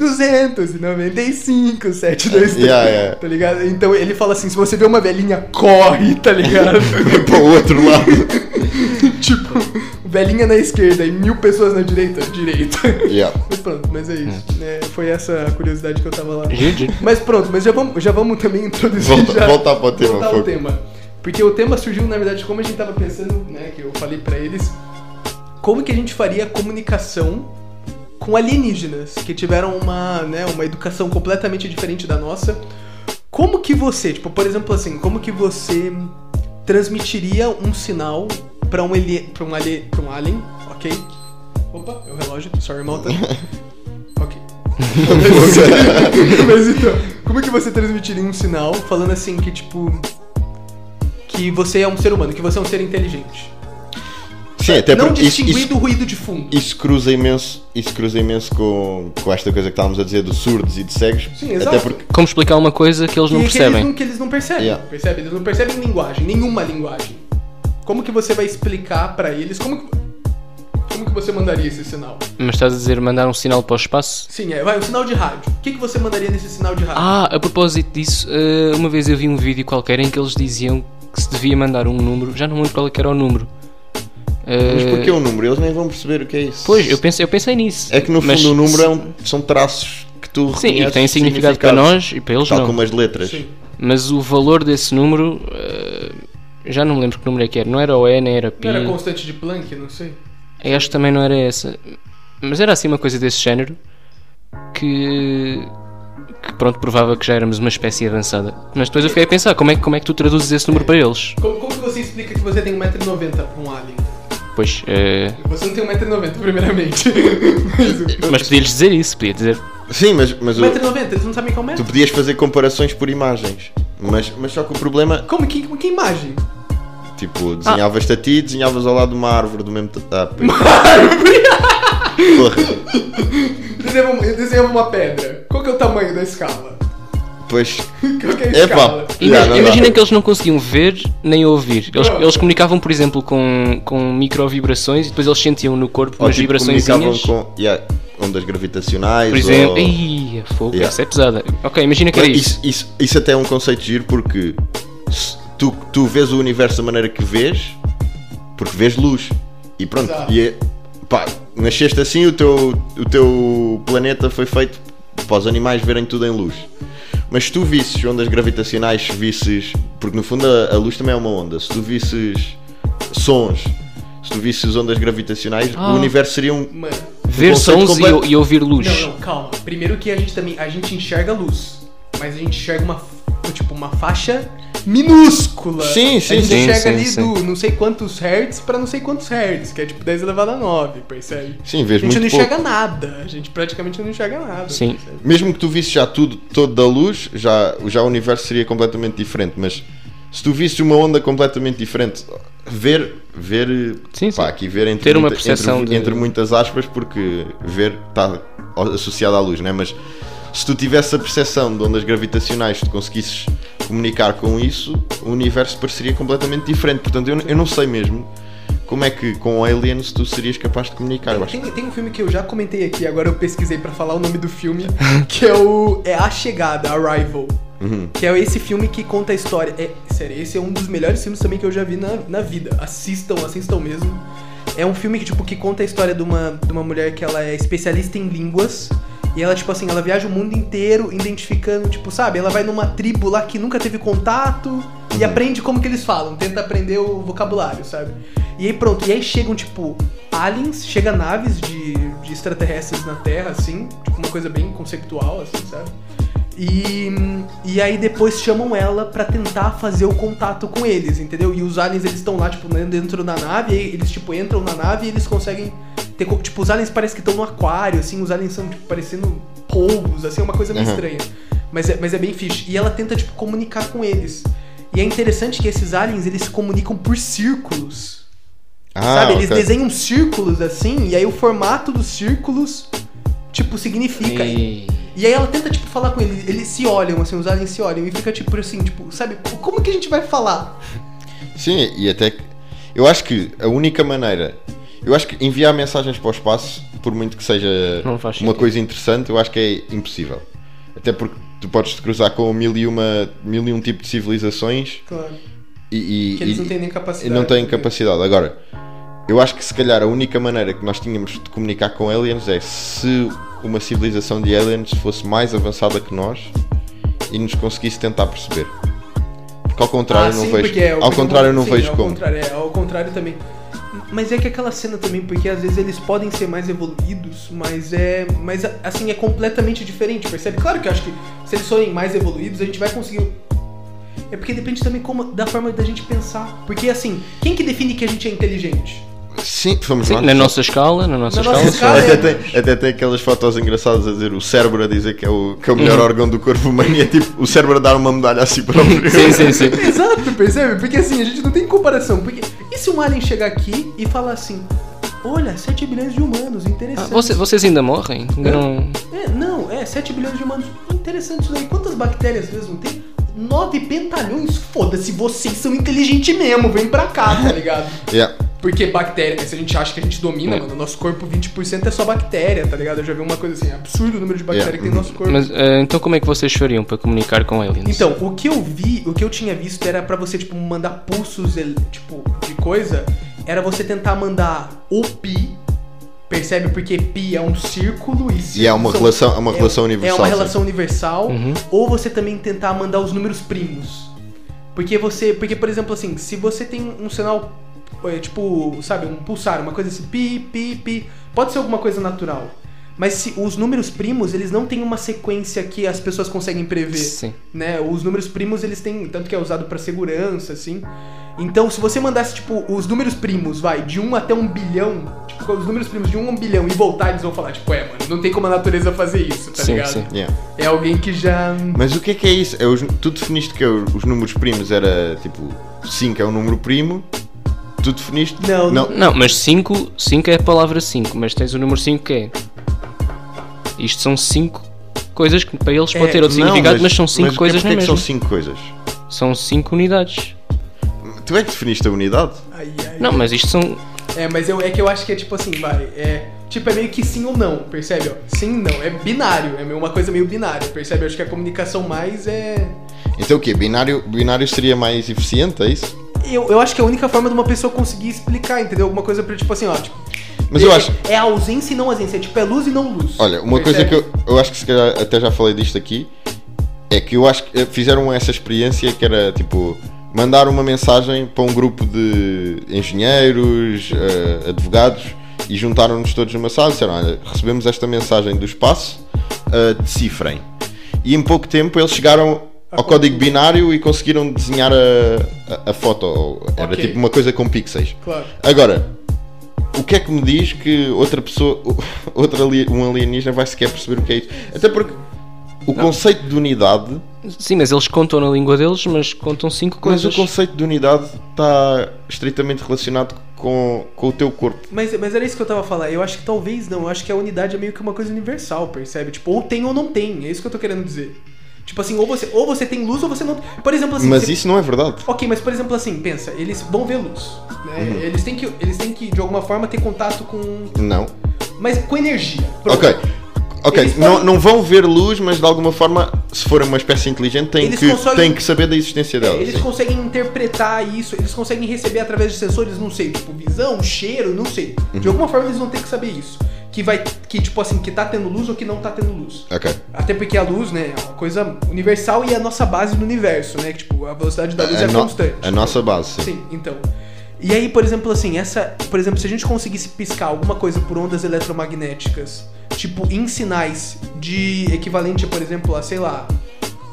S2: 295, 723.
S1: Yeah, yeah.
S2: Tá ligado? Então ele fala assim: se você vê uma velhinha, corre, tá ligado?
S1: Para o outro lado.
S2: tipo, velhinha na esquerda e mil pessoas na direita, direita.
S1: Yeah.
S2: Mas pronto, mas é isso. É, foi essa a curiosidade que eu tava lá.
S3: Giro, giro.
S2: Mas pronto, mas já vamos, já vamos também introduzir.
S1: Volta-
S2: já,
S1: voltar pro tema,
S2: voltar ao
S1: fogo.
S2: tema. Porque o tema surgiu, na verdade, como a gente tava pensando, né? Que eu falei pra eles. Como que a gente faria comunicação com alienígenas que tiveram uma, né, uma educação completamente diferente da nossa? Como que você, tipo, por exemplo, assim, como que você transmitiria um sinal pra um, ali, pra um, ali, pra um alien, ok? Opa, é o relógio, sorry, malta. ok. Mas então, como é que você transmitiria um sinal falando assim que, tipo. Que você é um ser humano, que você é um ser inteligente.
S1: Sim, até
S2: não
S1: porque isso-
S2: distinguir
S1: isso-
S2: do ruído de fundo.
S1: isso cruza imenso, isso cruza imenso com, com esta coisa que estávamos a dizer dos surdos e de cegos.
S2: Sim, exato.
S1: até porque
S3: Como explicar uma coisa que eles não
S2: que, que eles
S3: percebem?
S2: não, que eles não percebem.
S1: Yeah.
S2: Percebe? Eles não percebem linguagem, nenhuma linguagem. Como que você vai explicar pra eles? Como que, como que você mandaria esse sinal?
S3: Mas estás a dizer mandar um sinal para o espaço?
S2: Sim, é, vai, um sinal de rádio. O que, que você mandaria nesse sinal de rádio?
S3: Ah, a propósito disso, eh, uma vez eu vi um vídeo qualquer em que eles diziam que se devia mandar um número, já não lembro qual é que era o número. Eh,
S1: Mas porque é um número, eles nem vão perceber o que é isso.
S3: Pois, eu pensei, eu pensei nisso.
S1: É que no
S3: Mas
S1: fundo o número
S3: se-
S1: é um- são traços que tu
S3: Sim, e que
S1: reconheces
S3: tem significado para nós e para eles
S1: Tal
S3: não.
S1: como é- as letras.
S2: Sim.
S3: Mas o valor desse número, eh, já não me lembro que número é que era. Não era o E, nem era Pi.
S2: Não era constante de Planck, não sei.
S3: Eu acho que também não era essa. Mas era assim uma coisa desse género que. que pronto, provava que já éramos uma espécie avançada. Mas depois eu fiquei a pensar, como é, que- como é que tu traduzes esse número para eles?
S2: Como, como que você explica que você tem 1,90m pra um alien?
S3: Pois, eh,
S2: Você não tem 1,90m, primeiramente.
S3: mas podia-lhes dizer isso, podia dizer.
S1: Sim, mas, mas o-
S2: 1,90m, eles não sabem como é.
S1: tu podias fazer comparações por imagens. Mas, mas só que o problema,
S2: Como? Que, que imagem?
S3: Ah.
S1: tipo, desenhavas-te a ti, desenhavas ao lado de uma árvore do mesmo. ta- Ah, pois, porra.
S2: Desenhava, uma- desenhava uma pedra. Qual que é o tamanho da escala?
S1: Pois.
S2: Qualquer
S1: É
S2: escala.
S1: pá.
S3: Ima- Imagina que eles não conseguiam ver nem ouvir. Eles,
S2: Não.
S3: eles comunicavam, por exemplo, com, com microvibrações e depoes eles sentiam no corpo umas vibrações.
S1: tipo, comunicavam
S3: Por
S1: com yeah, ondas gravitacionais.
S3: exemplo,
S1: ou-
S3: Ih, fogo,
S1: Yeah.
S3: essa é pesada. Ok, imagina que era
S1: Mas
S3: isso.
S1: É Isso, isso, isso até é um conceito giro porque se tu, tu vês o universo da maneira que vês, porque vês luz. E pronto,
S2: Exato.
S1: e é, pá, nasceste assim, o teu, o teu planeta foi feito para os animais verem tudo em luz. Mas se tu visses ondas gravitacionais, se visses. Porque no fundo a, a luz também é uma onda. Se tu visses sons, se tu visses ondas gravitacionais,
S3: Ah.
S1: o universo seria um.
S2: Mano.
S3: Ver
S1: conceito
S3: sons e,
S1: completo.
S3: ou- e ouvir luz.
S2: Não, não, calma. Primeiro que a gente também. A gente enxerga a luz. Mas a gente enxerga uma. f- Tipo, uma faixa minúscula.
S1: Sim, sim,
S2: A gente
S3: sim,
S2: enxerga
S3: sim,
S2: ali
S3: sim.
S2: do não sei quantos hertz pra não sei quantos hertz, que é tipo 10 elevado a 9, percebe?
S1: Sim,
S2: A
S1: vês
S2: gente
S1: muito
S2: não
S1: pouco.
S2: enxerga nada. A gente praticamente não enxerga nada.
S3: Sim.
S2: percebe?
S1: Mesmo que tu visse já tudo todo da luz, já, já o universo seria completamente diferente, mas se tu visses uma onda completamente diferente, ver, ver,
S3: Sim,
S1: pá,
S3: sim.
S1: aqui ver entre,
S3: Ter uma
S1: muita-
S3: percepção
S1: entre,
S3: de-
S1: entre muitas aspas, porque ver está associado à luz, né? Mas se tu tivesse a percepção de ondas gravitacionais, se tu conseguisses comunicar com isso, o universo pareceria completamente diferente. Portanto, eu, eu não sei mesmo como é que com aliens tu serias capaz de comunicar. Eu acho
S2: Tem, tem um filme que eu já comentei aqui, agora eu pesquisei pra falar o nome do filme, que é o é A Chegada, Arrival.
S1: Uhum.
S2: Que é esse filme que conta a história. É, sério, esse é um dos melhores filmes também que eu já vi na, na vida. Assistam, assistam mesmo. É um filme que, tipo, que conta a história de uma, de uma mulher que ela é especialista em línguas. E ela, tipo assim, ela viaja o mundo inteiro identificando, tipo, sabe? Ela vai numa tribo lá que nunca teve contato e aprende como que eles falam, tenta aprender o vocabulário, sabe? E aí pronto, e aí chegam, tipo, aliens, chega naves de, de extraterrestres na Terra, assim, tipo, uma coisa bem conceptual, assim, sabe? E, e aí depois chamam ela pra tentar fazer o contato com eles, entendeu? E os aliens eles estão lá, tipo, né, dentro da nave, e eles tipo entram na nave e eles conseguem ter. co- Tipo, os aliens parecem que estão no aquário, assim, os aliens são tipo, parecendo polvos, assim, é uma coisa meio
S1: Uhum.
S2: estranha. Mas é, mas é bem fixe. E ela tenta, tipo, comunicar com eles. E é interessante que esses aliens eles se comunicam por círculos. Sabe, eles
S1: Ah, ok.
S2: desenham círculos assim, e aí o formato dos círculos, tipo, significa.
S3: E-
S2: E aí ela tenta, tipo, falar com ele. Eles se olham, assim, os aliens se olham e fica, tipo, assim, tipo, sabe, como que a gente vai falar?
S1: Sim, e até que. Eu acho que a única maneira. Eu acho que enviar mensagens para o espaço, por muito que seja
S3: Não faz
S1: uma
S3: sentido.
S1: coisa interessante, eu acho que é impossível. Até porque tu podes te cruzar com mil e, uma, mil e um tipo de civilizações
S2: Claro.
S1: e. e
S2: Que eles não
S1: e-
S2: têm nem
S1: e
S2: capacidade.
S1: não têm capacidade. Agora, eu acho que se calhar a única maneira que nós tínhamos de comunicar com aliens é se uma civilização de aliens fosse mais avançada que nós e nos conseguisse tentar perceber. Porque ao contrário,
S2: Ah,
S1: eu não
S2: sim,
S1: vejo.
S2: porque é,
S1: ao
S2: porque
S1: contrário, eu não
S2: sim,
S1: vejo
S2: ao
S1: como.
S2: Contrário, é, ao contrário também. Mas é que aquela cena também, porque às vezes eles podem ser mais evoluídos, mas é. Mas assim, é completamente diferente, percebe? Claro que eu acho que se eles forem mais evoluídos, a gente vai conseguir. É porque depende também como, da forma da gente pensar. Porque assim, quem que define que a gente é inteligente?
S1: Sim, fomos
S3: Sim,
S1: nós.
S3: na nossa escala, na nossa
S2: Na
S3: escala.
S2: nossa escala,
S1: até,
S2: é.
S1: tem, até tem aquelas fotos engraçadas a dizer o cérebro a dizer que é o, que é o melhor órgão do corpo humano e é tipo o cérebro a dar uma medalha assim a si próprio.
S3: Sim, sim, sim.
S2: Exato, percebe? Porque assim, a gente não tem comparação. Porque e se um alien chegar aqui e falar assim: Olha, 7 bilhões de humanos,
S3: Ah,
S2: interessante.
S3: voce- vocês ainda morrem? Ainda não-
S2: É, não, é, 7 bilhões de humanos, interessante isso daí. Quantas bactérias mesmo tem? 9 pentalhões? Foda-se, vocês são inteligentes mesmo, vem pra cá, tá ligado?
S1: Yeah.
S2: Porque bactéria, né, se a gente acha que a gente domina,
S3: É.
S2: mano, nosso corpo 20% é só bactéria, tá ligado? Eu já vi uma coisa assim, é absurdo o número de bactéria
S1: É,
S2: que tem no nosso corpo.
S3: Mas ah, então como é que vocês fariam para comunicar com aliens?
S2: Então, o que eu vi, o que eu tinha visto era pra você, tipo, mandar pulsos, ele- tipo, de coisa. Era você tentar mandar o pi, percebe? Porque pi é um círculo e
S1: E é uma
S2: são-
S1: relação, é uma relação universal. né?
S2: É uma
S1: sim.
S2: relação universal.
S3: Uhum.
S2: Ou você também tentar mandar os números primos. Porque você, porque por exemplo assim, se você tem um sinal é, tipo, sabe, um pulsar, uma coisa assim, pi, pi, pi, pode ser alguma coisa natural. Mas se os números primos, eles não têm uma sequência que as pessoas conseguem prever
S3: Sim.
S2: né? Os números primos eles têm, tanto que é usado pra segurança, assim. Então, se você mandasse, tipo, os números primos, vai, de 1 até 1 bilhão, tipo, os números primos de 1 a 1 bilhão e voltar, eles vão falar, tipo, é, mano, não tem como a natureza fazer isso, tá
S3: Sim,
S2: ligado?
S3: sim.
S1: Yeah.
S2: É alguém que já.
S1: Mas o que é que é isso? É os- tu definiste que é o- os números primos era tipo 5 é um número primo. Tu definiste?
S2: Não,
S1: não.
S3: Não, mas 5 cinco é a palavra 5, mas tens o número 5 que é. Isto são 5 coisas que para eles pode
S2: É,
S3: ter outro
S1: Não,
S3: significado, mas, são cinco
S1: mas
S3: coisas
S1: porquê
S3: na
S1: que
S3: mesma.
S1: são cinco coisas?
S3: São cinco unidades.
S1: Tu é que definiste a unidade?
S2: Ai, ai,
S3: Não, mas isto são.
S2: É, mas eu, é que eu acho que é tipo assim, vai. É, tipo, é meio que sim ou não, percebe? ó? Sim, não. É binário. É meio uma coisa meio binária, percebe? Eu acho que a comunicação mais é.
S1: Então o quê? Binário, binário seria mais eficiente, é isso?
S2: Eu, eu acho que é a única forma de uma pessoa conseguir explicar, entendeu? Alguma coisa pra, tipo assim, ó. Tipo,
S1: Mas
S2: é,
S1: eu acho.
S2: É ausência e não ausência. É tipo, é luz e não luz.
S1: Olha, uma coisa
S2: percebe?
S1: que eu, eu acho que se calhar até já falei disto aqui é que eu acho que eh, fizeram essa experiência que era tipo mandar uma mensagem para um grupo de engenheiros, eh, advogados e juntaram-nos todos numa sala e disseram: Olha, recebemos esta mensagem do espaço, eh, decifrem. E em pouco tempo eles chegaram
S2: Ah,
S1: ao código binário e conseguiram desenhar a, a, a foto. ou- Era
S2: Ok.
S1: tipo uma coisa com pixels.
S2: Claro.
S1: Agora, o que é que me diz que outra pessoa, outra, ali- um alienígena vai sequer perceber o que é isso? Até porque o conceito de unidade,
S3: Sim, mas eles contam na língua deles, mas contam cinco
S1: mas o
S3: coisas.
S1: conceito de unidade está estritamente relacionado com, com o teu corpo.
S2: Mas, mas era isso que eu tava falando. Eu acho que talvez não. Eu acho que a unidade é meio que uma coisa universal, percebe? Tipo, ou tem ou não tem. É isso que eu tô querendo dizer. Tipo assim, ou você, ou você tem luz ou você não tem. Por exemplo, assim.
S1: Mas
S2: se-
S1: isso não é verdade.
S2: Ok, mas por exemplo assim, pensa, eles vão ver luz. Né? Eles, têm que, eles têm que, de alguma forma, ter contato com.
S1: Não.
S2: Mas com energia. Pronto.
S1: Ok. Ok,
S2: Eles
S1: não,
S2: podem-
S1: não vão ver luz, mas de alguma forma, se for uma espécie inteligente, tem
S2: Eles
S1: que,
S2: conseguem-
S1: tem que saber da existência
S2: É,
S1: dela.
S2: eles
S1: sim.
S2: conseguem interpretar isso, eles conseguem receber através de sensores, não sei, tipo visão, cheiro, não sei. De alguma forma eles vão ter que saber isso. Que vai. Que, tipo assim, que tá tendo luz ou que não tá tendo luz.
S1: Ok.
S2: Até porque a luz, né, é uma coisa universal e é a nossa base do universo, né? Que, tipo, a velocidade da luz
S1: A
S2: é
S1: no-
S2: constante.
S1: a nossa base, sim.
S2: Sim, então. E aí, por exemplo, assim, essa. Por exemplo, se a gente conseguisse piscar alguma coisa por ondas eletromagnéticas, tipo em sinais de equivalente, por exemplo, a, sei lá.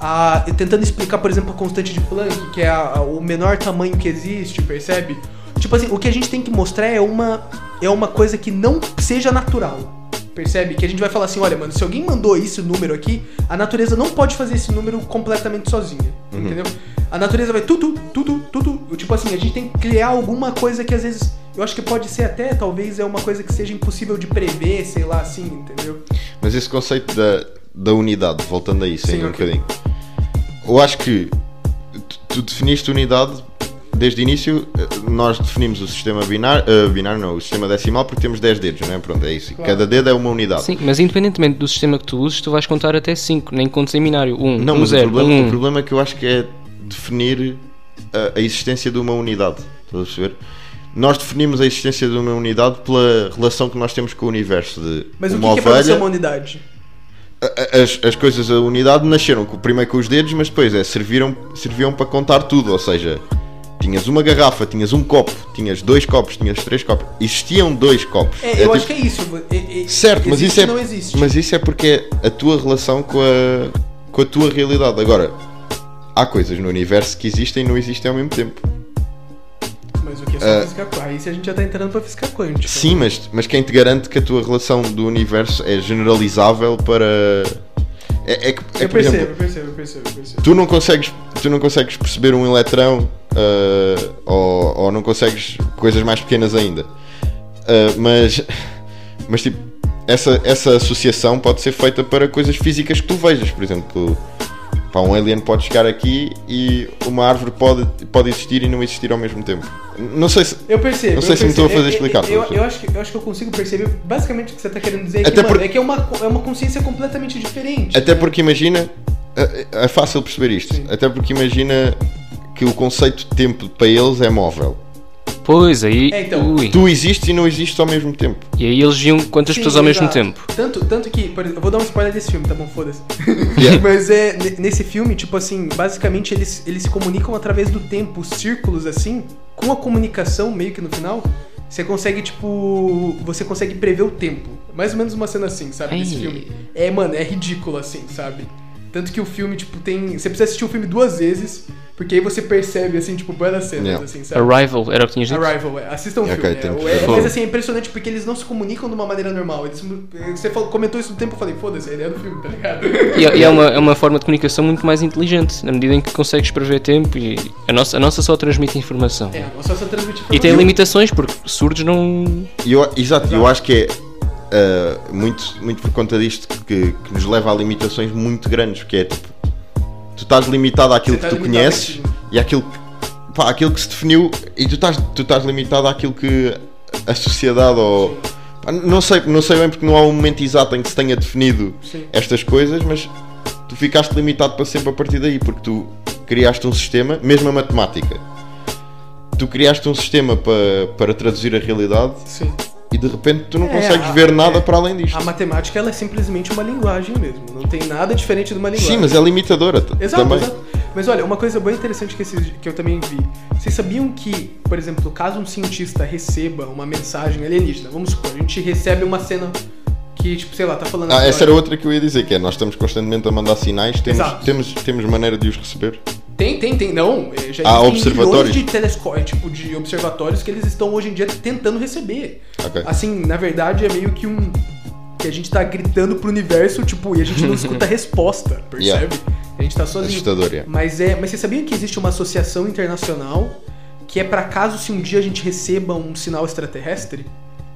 S2: A, tentando explicar, por exemplo, a constante de Planck, que é a- a- o menor tamanho que existe, percebe? Tipo assim, o que a gente tem que mostrar é uma, é uma coisa que não seja natural. Percebe? Que a gente vai falar assim, olha, mano, se alguém mandou esse número aqui, a natureza não pode fazer esse número completamente sozinha. Entendeu? A natureza vai tudo, tudo, tudo. Tipo assim, a gente tem que criar alguma coisa que às vezes. Eu acho que pode ser até, talvez, é uma coisa que seja impossível de prever, sei lá, assim, entendeu?
S1: Mas esse conceito da, da unidade, voltando a isso
S2: Sim,
S1: ainda
S2: ok.
S1: um bocadinho. Eu acho que tu, tu definiste unidade desde o início. eh, Nós definimos o sistema binário, eh, binário não, o sistema decimal porque temos 10 dedos, não é? Pronto, é isso.
S2: Claro.
S1: Cada dedo é uma unidade.
S3: Sim, mas independentemente do sistema que tu uses, tu vais contar até cinco, nem contas em binário. Um,
S1: Não,
S3: um
S1: mas
S3: zero,
S1: o, problema,
S3: um.
S1: o problema é que eu acho que é definir eh, a, a existência de uma unidade. Estás a perceber? Nós definimos a existência de uma unidade pela relação que nós temos com o universo de
S2: Mas o que,
S1: uma
S2: que é pra
S1: ovelha,
S2: você uma unidade?
S1: A- as, as coisas, a unidade nasceram com- primeiro com os dedos, mas depois é, serviram, serviam para contar tudo, ou seja, tinhas uma garrafa, tinhas um copo, tinhas dois copos, tinhas três copos, existiam dois copos.
S2: É, eu
S1: É tipo-
S2: acho que é isso. É- é-
S1: Certo, mas isso,
S2: existe
S1: é,
S2: ou não existe.
S1: mas isso é porque é a tua relação com a, com a tua realidade. Agora, há coisas no universo que existem e não existem ao mesmo tempo.
S2: Mas o que é só
S1: Ah.
S2: física quântica? Aí se a gente já tá entrando pra física quântica.
S1: Sim, mas, mas quem te garante que a tua relação do universo é generalizável para. É, é que, é
S2: Eu
S1: que, por exemplo,
S2: percebo, eu percebo, eu percebo, eu percebo.
S1: tu não consegues tu não consegues perceber um eletrão ah, ou, ou não consegues coisas mais pequenas ainda Ah, mas mas tipo essa, essa associação pode ser feita para coisas físicas que tu vejas por exemplo pá, um alien pode chegar aqui e uma árvore pode, pode existir e não existir ao mesmo tempo não sei se
S2: Eu percebo.
S1: Não sei
S2: eu
S1: se me
S2: percebo.
S1: estou a fazer
S2: Eu-
S1: explicar,
S2: Eu, eu,
S1: professor.
S2: acho que, eu acho que eu consigo perceber basicamente o que você está querendo dizer. é
S1: Até
S2: que,
S1: por-
S2: mano, é que é uma, co- é uma consciência completamente diferente.
S1: Até
S2: né?
S1: porque imagina, é é fácil perceber isto,
S2: Sim.
S1: até porque imagina que o conceito de tempo para eles é móvel.
S3: Pois, aí.
S2: É, então.
S3: ui.
S1: Tu existes e não existes ao mesmo tempo.
S3: E aí eles viam quantas
S2: Sim,
S3: pessoas ao mesmo
S2: exato.
S3: tempo.
S2: Tanto, tanto que, por exemplo, eu vou dar um spoiler desse filme, tá bom? Foda-se.
S1: Yeah.
S2: Mas é, ne- nesse filme, tipo assim, basicamente eles, eles se comunicam através do tempo, os círculos assim, com a comunicação meio que no final, você consegue, tipo, você consegue prever o tempo. Mais ou menos uma cena assim, sabe? Desse
S3: Ai.
S2: filme. É, mano, é ridículo assim, sabe? Tanto que o filme, tipo, tem. Você precisa assistir o filme duas vezes, porque aí você percebe, assim, tipo, várias cenas,
S1: Yeah.
S2: assim, sabe?
S3: Arrival, era o que tinhas dito.
S2: Arrival, é. Assistam o
S1: Ok,
S2: filme.
S1: tem que
S2: é. É,
S1: ver.
S2: mas assim, é impressionante porque eles não se comunicam de uma maneira normal. Eles, eh, você falou- comentou isso no tempo, eu falei, foda-se, a ideia do filme, tá ligado?
S3: E, é- e é, uma, é uma forma de comunicação muito mais inteligente, na medida em que consegues prever tempo e a nossa, a nossa só transmite informação.
S2: É, a É, nossa só transmite
S3: E tem
S2: informação.
S3: limitações, porque surdos não.
S1: E eu, exato, eu acho que é uh, muito, muito por conta disto que, que nos leva a limitações muito grandes, porque é tipo, tu estás limitado àquilo
S2: Você
S1: que
S2: tá
S1: tu
S2: limitado
S1: conheces
S2: àquilo.
S1: e àquilo, pá, àquilo que se definiu e tu estás, tu estás limitado àquilo que a sociedade ou. pá, Não sei, não sei bem porque não há um momento exato em que se tenha definido
S2: Sim.
S1: estas coisas, mas tu ficaste limitado para sempre a partir daí, porque tu criaste um sistema, mesmo a matemática, tu criaste um sistema para, para traduzir a realidade
S2: Sim.
S1: e de repente tu não
S2: É,
S1: consegues
S2: a-
S1: ver nada
S2: é.
S1: para além disto.
S2: A matemática ela é simplesmente uma linguagem mesmo. Não tem nada diferente de uma linguagem.
S1: Sim, mas é limitadora t-
S2: Exato,
S1: também.
S2: exato. Mas olha, uma coisa bem interessante que, esses- que eu também vi. Vocês sabiam que, por exemplo, caso um cientista receba uma mensagem alienígena, vamos supor, a gente recebe uma cena que, tipo, sei lá, tá falando.
S1: Ah,
S2: assim,
S1: essa
S2: olha,
S1: era outra que eu ia dizer, que é nós estamos constantemente a mandar sinais, temos,
S2: Exato.
S1: temos, temos maneira de os receber.
S2: Tem, tem, tem. Não, eh, já
S1: Ah,
S2: existem
S1: observatórios?
S2: milhões de telescópios, tipo, de observatórios que eles estão hoje em dia tentando receber.
S1: Ok.
S2: Assim, na verdade, é meio que um. que a gente tá gritando pro universo, tipo, e a gente não escuta a resposta, percebe?
S1: Yeah.
S2: A gente tá sozinho.
S1: Assustador, é.
S2: Mas é, mas você sabia que existe uma associação internacional que é pra caso se um dia a gente receba um sinal extraterrestre?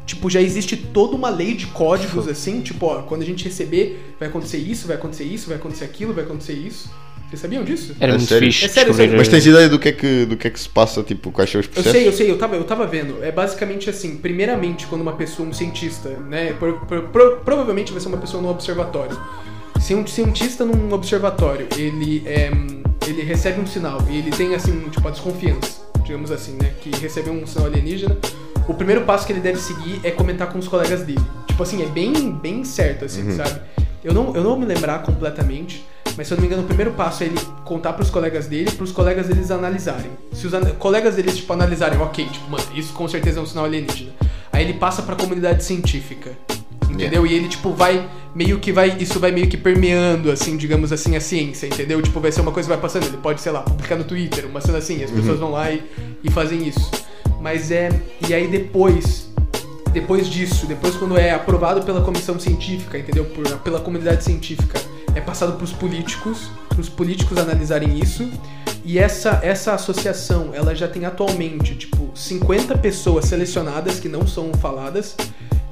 S2: Tipo, já existe toda uma lei de códigos assim, tipo, ó, quando a gente receber, vai acontecer isso, vai acontecer isso, vai acontecer aquilo, vai acontecer isso. Vocês sabiam disso?
S3: Era
S1: É
S3: muito
S1: sério?
S3: fixe
S2: É sério,
S3: descobrir.
S2: sério.
S1: Mas tens ideia do que, é que, do que é que se passa, tipo, quais são os
S2: Eu
S1: processos?
S2: sei, eu sei, eu tava, eu tava vendo. É basicamente assim, primeiramente, quando uma pessoa, um cientista, né? pro- pro- pro- provavelmente vai ser uma pessoa num observatório. Se um cientista num observatório, ele é, hum, ele recebe um sinal e ele tem assim, tipo, a desconfiança, digamos assim, né? Que recebeu um sinal alienígena. O primeiro passo que ele deve seguir é comentar com os colegas dele. Tipo assim, é bem, bem certo, assim, sabe? Eu não, eu não vou me lembrar completamente, mas se eu não me engano, o primeiro passo é ele contar pros colegas dele, pros colegas deles analisarem. Se os ana- colegas deles, tipo, analisarem, ok, tipo, mano, isso com certeza é um sinal alienígena. Aí ele passa pra comunidade científica. Entendeu? E ele, tipo, vai meio que vai. Isso vai meio que permeando, assim, digamos assim, a ciência, entendeu? Tipo, vai ser uma coisa que vai passando. Ele pode, sei lá, publicar no Twitter, uma cena assim, e as pessoas vão lá e, e fazem isso. Mas é. E aí depois depois disso, depois quando é aprovado pela comissão científica, entendeu? Por- pela comunidade científica, é passado para os políticos, para os políticos analisarem isso. E essa, essa associação, ela já tem atualmente, tipo, 50 pessoas selecionadas que não são faladas,